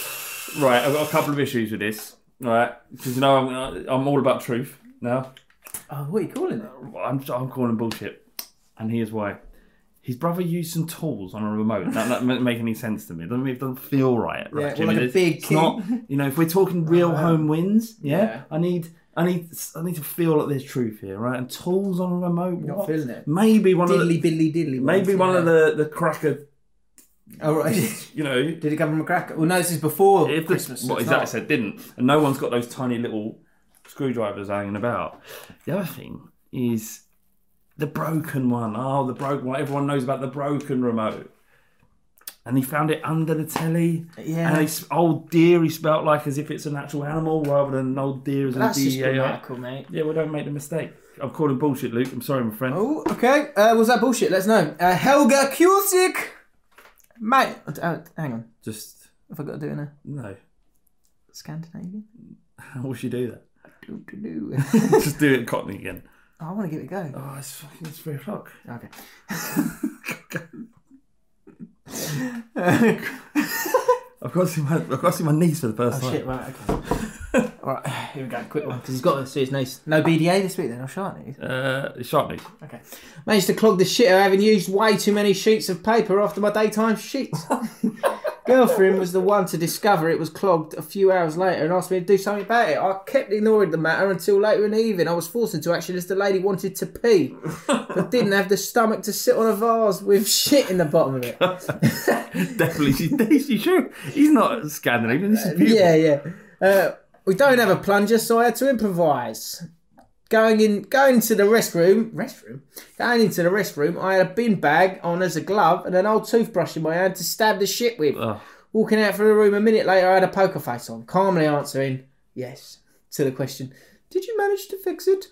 S2: Right, I've got a couple of issues with this. Right, because you know I'm, uh, I'm all about truth now.
S3: Oh, what are you calling it?
S2: I'm I'm calling bullshit, and here's why. His brother used some tools on a remote. That doesn't ma- make any sense to me. It doesn't, it doesn't feel right. right
S3: Yeah, well,
S2: Jimmy?
S3: like a
S2: It's-
S3: big
S2: it's
S3: key.
S2: not- you know, if we're talking real home wins, yeah,
S3: Yeah.
S2: I need. I need, I need to feel like there's truth here, right? And tools on a remote.
S3: Not
S2: what?
S3: feeling it.
S2: Maybe one of the,
S3: Diddly biddly diddly.
S2: maybe one of
S3: yeah.
S2: the the cracker,
S3: Oh, right. Did
S2: you know,
S3: it come from a cracker? Well, no, this is before
S2: if the,
S3: Christmas.
S2: Well,
S3: it's
S2: exactly,
S3: not.
S2: so it didn't. And no one's got those tiny little screwdrivers hanging about. The other thing is the broken one. Oh, the broken one. Everyone knows about the broken remote. And he found it under the telly.
S3: Yeah.
S2: And he, s- old deer, he spelt like as if it's an actual animal rather than an old deer as a
S3: That's just
S2: DEA.
S3: grammatical, mate.
S2: Yeah, well, don't make the mistake. I'm calling bullshit, Luke. I'm sorry, my friend.
S3: Oh, okay. Uh, was that bullshit? Let's know. Uh, Helga Cusick. Mate, oh, hang on.
S2: Just,
S3: Have I got to do it now?
S2: no.
S3: Scandinavian?
S2: How will she do that?
S3: Do, do, do.
S2: Just do it Cockney again.
S3: Oh, I want to give it a go.
S2: Oh, it's fucking it's three o'clock.
S3: Okay.
S2: I've got to see my I've got to see my niece for the
S3: Oh,
S2: first time.
S3: shit, right, okay. All right, here we go, quick one, because he's got to see his niece. No BDA this week then, I'm sure, isn't he?
S2: Uh, sharp niece.
S3: Okay. Managed to clog the shit out of having used way too many sheets of paper after my daytime sheets. Girlfriend was the one to discover it was clogged a few hours later and asked me to do something about it. I kept ignoring the matter until later in the evening. I was forced into action as the lady wanted to pee, but didn't have the stomach to sit on a vase with shit in the bottom of it.
S2: Definitely, she's she sure he's not Scandinavian. This is beautiful.
S3: Yeah, yeah. Uh, we don't have a plunger, so I had to improvise. Going in, going to the restroom. Restroom. Going into the restroom, I had a bin bag on as a glove and an old toothbrush in my hand to stab the shit with. Walking out from the room a minute later, I had a poker face on, calmly answering yes to the question. Did you manage to fix it?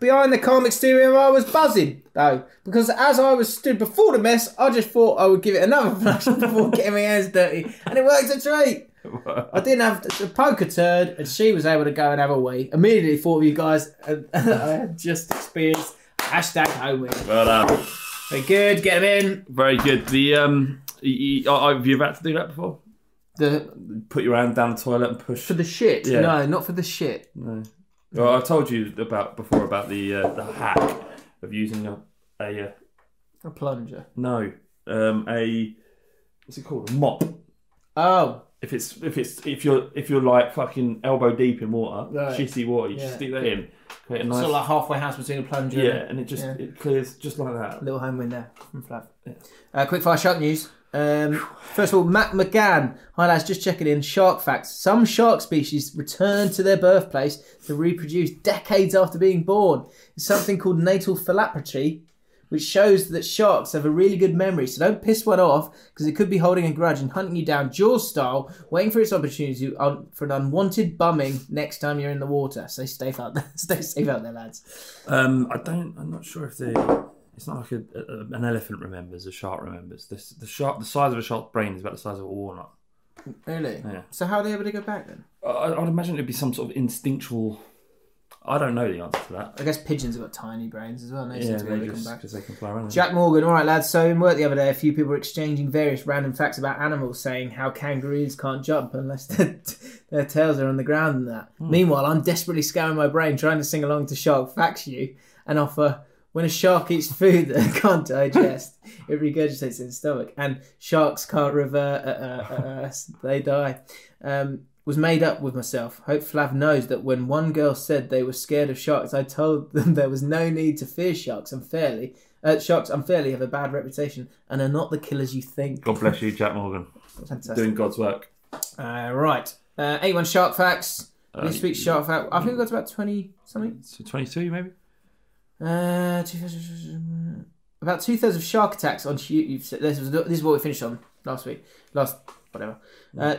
S3: Behind the calm exterior, I was buzzing though, because as I was stood before the mess, I just thought I would give it another flush before getting my hands dirty, and it worked a treat. I didn't have the poker turd, and she was able to go and have a wee. Immediately thought of you guys, and I had just experienced hashtag homie.
S2: Well done.
S3: Very good, get them in.
S2: uh, Very good. The um, y- y- I- have you about to do that before?
S3: The
S2: Put your hand down the toilet and push.
S3: for the shit.
S2: Yeah.
S3: No, not for the shit.
S2: Well, I've told you about before about the uh, the hack of using a, a uh,
S3: A plunger.
S2: no um a what's it called a mop.
S3: Oh,
S2: If it's if it's if you're if you're like fucking elbow deep in water,
S3: Right.
S2: shitty water, you
S3: Yeah.
S2: just stick that in, create a nice
S3: sort of like halfway house between a plunger.
S2: yeah,
S3: and a-
S2: and it just
S3: yeah.
S2: it clears just like that.
S3: Little home win there from Flav. Uh, quick fire shark news. Um, first of all, Matt McGann. Hi lads, just checking in. Shark facts. Some shark species return to their birthplace to reproduce decades after being born. It's something called natal philopatry, which shows that sharks have a really good memory. So don't piss one off because it could be holding a grudge and hunting you down jaws style, waiting for its opportunity to- um, for an unwanted bumming next time you're in the water. So stay out there. stay safe out there, lads.
S2: Um, I don't. I'm not sure if they. It's not like a, a, an elephant remembers. A shark remembers. This the shark. The size of a shark's brain is about the size of a walnut.
S3: Really?
S2: Yeah.
S3: So how are they able to go back then?
S2: I, I'd imagine it'd be some sort of instinctual. I don't know the answer to that.
S3: I guess pigeons have got tiny brains as well. and They seem to be able
S2: they
S3: to come
S2: just
S3: back.
S2: because they can fly around.
S3: Jack Morgan, all right, lads. So in work the other day, a few people were exchanging various random facts about animals, saying how kangaroos can't jump unless their, their tails are on the ground and that.
S2: Hmm.
S3: Meanwhile, I'm desperately scouring my brain trying to sing along to Shark Facts You and offer when a shark eats food that it can't digest, it regurgitates in its stomach, and sharks can't revert at, uh, at us; they die. Um, was made up with myself. Hope Flav knows that when one girl said they were scared of sharks, I told them there was no need to fear sharks unfairly. Uh, sharks unfairly have a bad reputation and are not the killers you think.
S2: God bless you, Jack Morgan.
S3: Fantastic.
S2: Doing God's work.
S3: Uh, right. Uh, 81 Shark Facts. this week's Shark Fact. I think we got to about 20 something.
S2: So 22 maybe.
S3: Uh, two- about two thirds of shark attacks on hu- This, was, this is what we finished on last week. Last. whatever. Uh,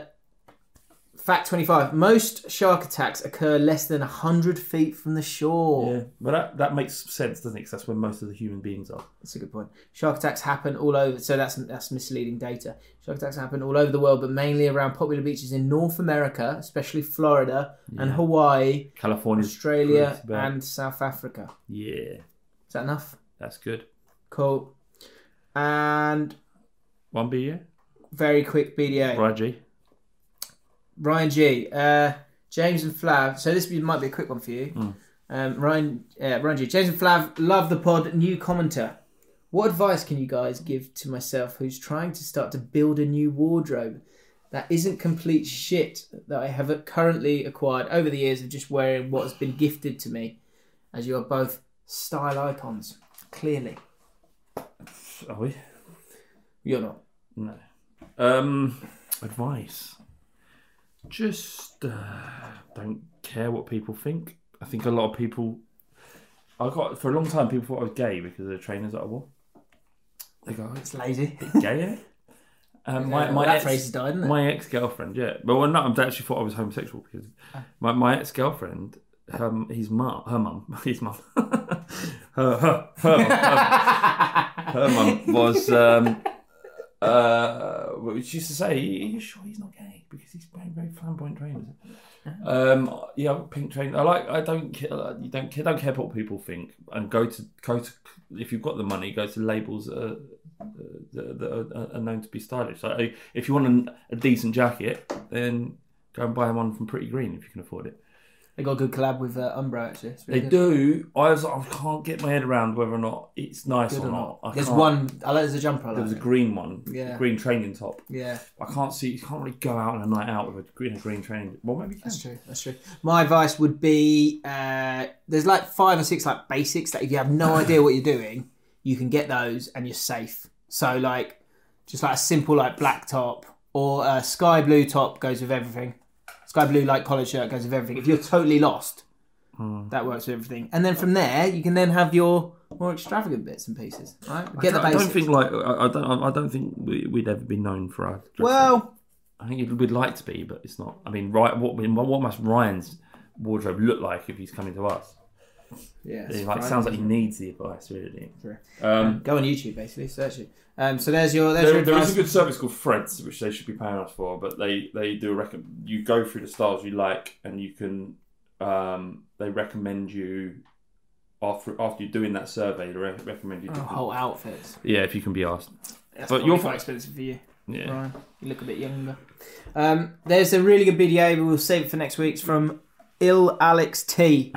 S3: fact 25. Most shark attacks occur less than 100 feet from the shore.
S2: Yeah, but that, that makes sense, doesn't it? 'Cause that's where most of the human beings are.
S3: That's a good point. Shark attacks happen all over, so that's that's misleading data. Shark attacks happen all over the world, but mainly around popular beaches in North America, especially Florida and Hawaii,
S2: California,
S3: Australia,
S2: pretty bad.
S3: and South Africa.
S2: yeah,
S3: Is that enough?
S2: that's good.
S3: Cool. And
S2: One B, yeah.
S3: very quick BDA.
S2: Right, G.
S3: Ryan G, uh, James and Flav. So this be- might be a quick one for you. Um, Ryan, uh, Ryan G, James and Flav, love the pod. New commenter. What advice can you guys give to myself who's trying to start to build a new wardrobe that isn't complete shit that I have currently acquired over the years of just wearing what has been gifted to me? As you are both style icons, clearly
S2: Are we?
S3: you're not.
S2: No. Um, advice. Just uh, don't care what people think. I think a lot of people. I got for a long time. People thought I was gay because of the trainers that I wore. They go, "Oh, it's
S3: It's lazy.
S2: gay. eh?" Um, my
S3: Well,
S2: my
S3: that
S2: ex,
S3: phrase has died, isn't it?
S2: my ex girlfriend, yeah. But well, no, I actually thought I was homosexual because my, my ex girlfriend, um, his mum, her mum, his mum, her her her mum, her mum was um, uh, well, she used to say, "Are you sure he's not gay?" Because he's wearing very flamboyant trainers. Um, yeah, pink train. I like. I don't care. You don't care. Don't care what people think. And go to go to if you've got the money, go to labels that are that, that are, are known to be stylish. Like, I- if you want an, a decent jacket, then go and buy one from Pretty Green if you can afford it.
S3: They got a good collab with uh, Umbro actually. It's really
S2: They
S3: good.
S2: do. I was like, I can't get my head around whether or not it's nice
S3: Good
S2: or
S3: or
S2: not. I
S3: not. There's
S2: can't-
S3: one. I like there's a jumper. I
S2: There was a
S3: like.
S2: green one,
S3: Yeah.
S2: a green training top.
S3: Yeah,
S2: I can't see. You can't really go out on a night out with a green, a green training. Well, maybe you can.
S3: that's true. That's true. My advice would be uh, there's like five or six like basics that if you have no idea what you're doing, you can get those and you're safe. So like just like a simple like black top or a sky blue top goes with everything. Sky blue like collared shirt goes with everything. If you're totally lost,
S2: Hmm.
S3: that works with everything. And then from there, you can then have your more extravagant bits and pieces. Right, get the
S2: I
S3: basics.
S2: don't think like I I don't. I don't think we, we'd ever be known for our. dress sense.
S3: well,
S2: I think it- we'd like to be, but it's not. I mean, right? What I mean, what must Ryan's wardrobe look like if he's coming to us?
S3: yeah,
S2: It like, sounds like he needs the advice, really.
S3: Um, Go on YouTube, basically search it. Um, so there's your there's
S2: There,
S3: your
S2: there
S3: advice.
S2: is a good service called Threads, which they should be paying us for, but they, they do reckon you go through the styles you like, and you can um, they recommend you after after you're doing that survey. They re- recommend you
S3: Oh,
S2: different-
S3: whole outfits.
S2: yeah, if you can be asked.
S3: That's
S2: But
S3: probably
S2: you're-
S3: quite expensive for you,
S2: Yeah,
S3: Ryan. You look a bit younger. Um, there's a really good video. We'll save it for next week's from Ill Alex T.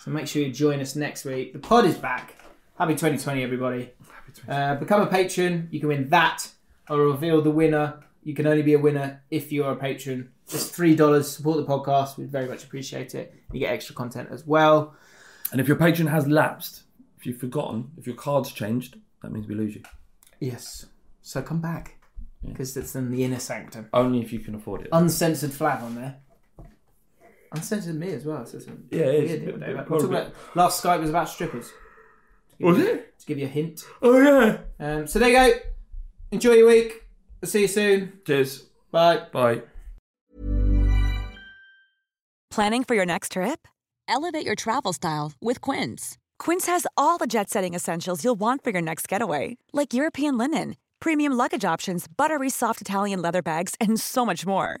S3: So make sure you join us next week. The pod is back. Happy 2020, everybody. Happy 2020. Uh, become a patron. You can win that. I'll reveal the winner. You can only be a winner if you're a patron. Just three dollars. Support the podcast. We'd very much appreciate it. You get extra content as well.
S2: and if your patron has lapsed, if you've forgotten, if your card's changed, that means we lose you.
S3: Yes. So come back because it's in the inner sanctum.
S2: Only if you can afford
S3: Um,
S2: it.
S3: Uncensored flag on there. Uncensored me as well. So it's a
S2: Yeah, it is.
S3: weird thing
S2: Bit-
S3: about-
S2: bit
S3: we'll talk
S2: horrible.
S3: about- last Skype was about strippers.
S2: Was it?
S3: To give you a hint.
S2: Oh yeah.
S3: Um, so there you go. Enjoy your week. We'll see you soon.
S2: Cheers.
S3: Bye.
S2: Bye.
S1: Planning for your next trip? Elevate your travel style with Quince. Quince has all the jet setting essentials you'll want for your next getaway, like European linen, premium luggage options, buttery soft Italian leather bags, and so much more.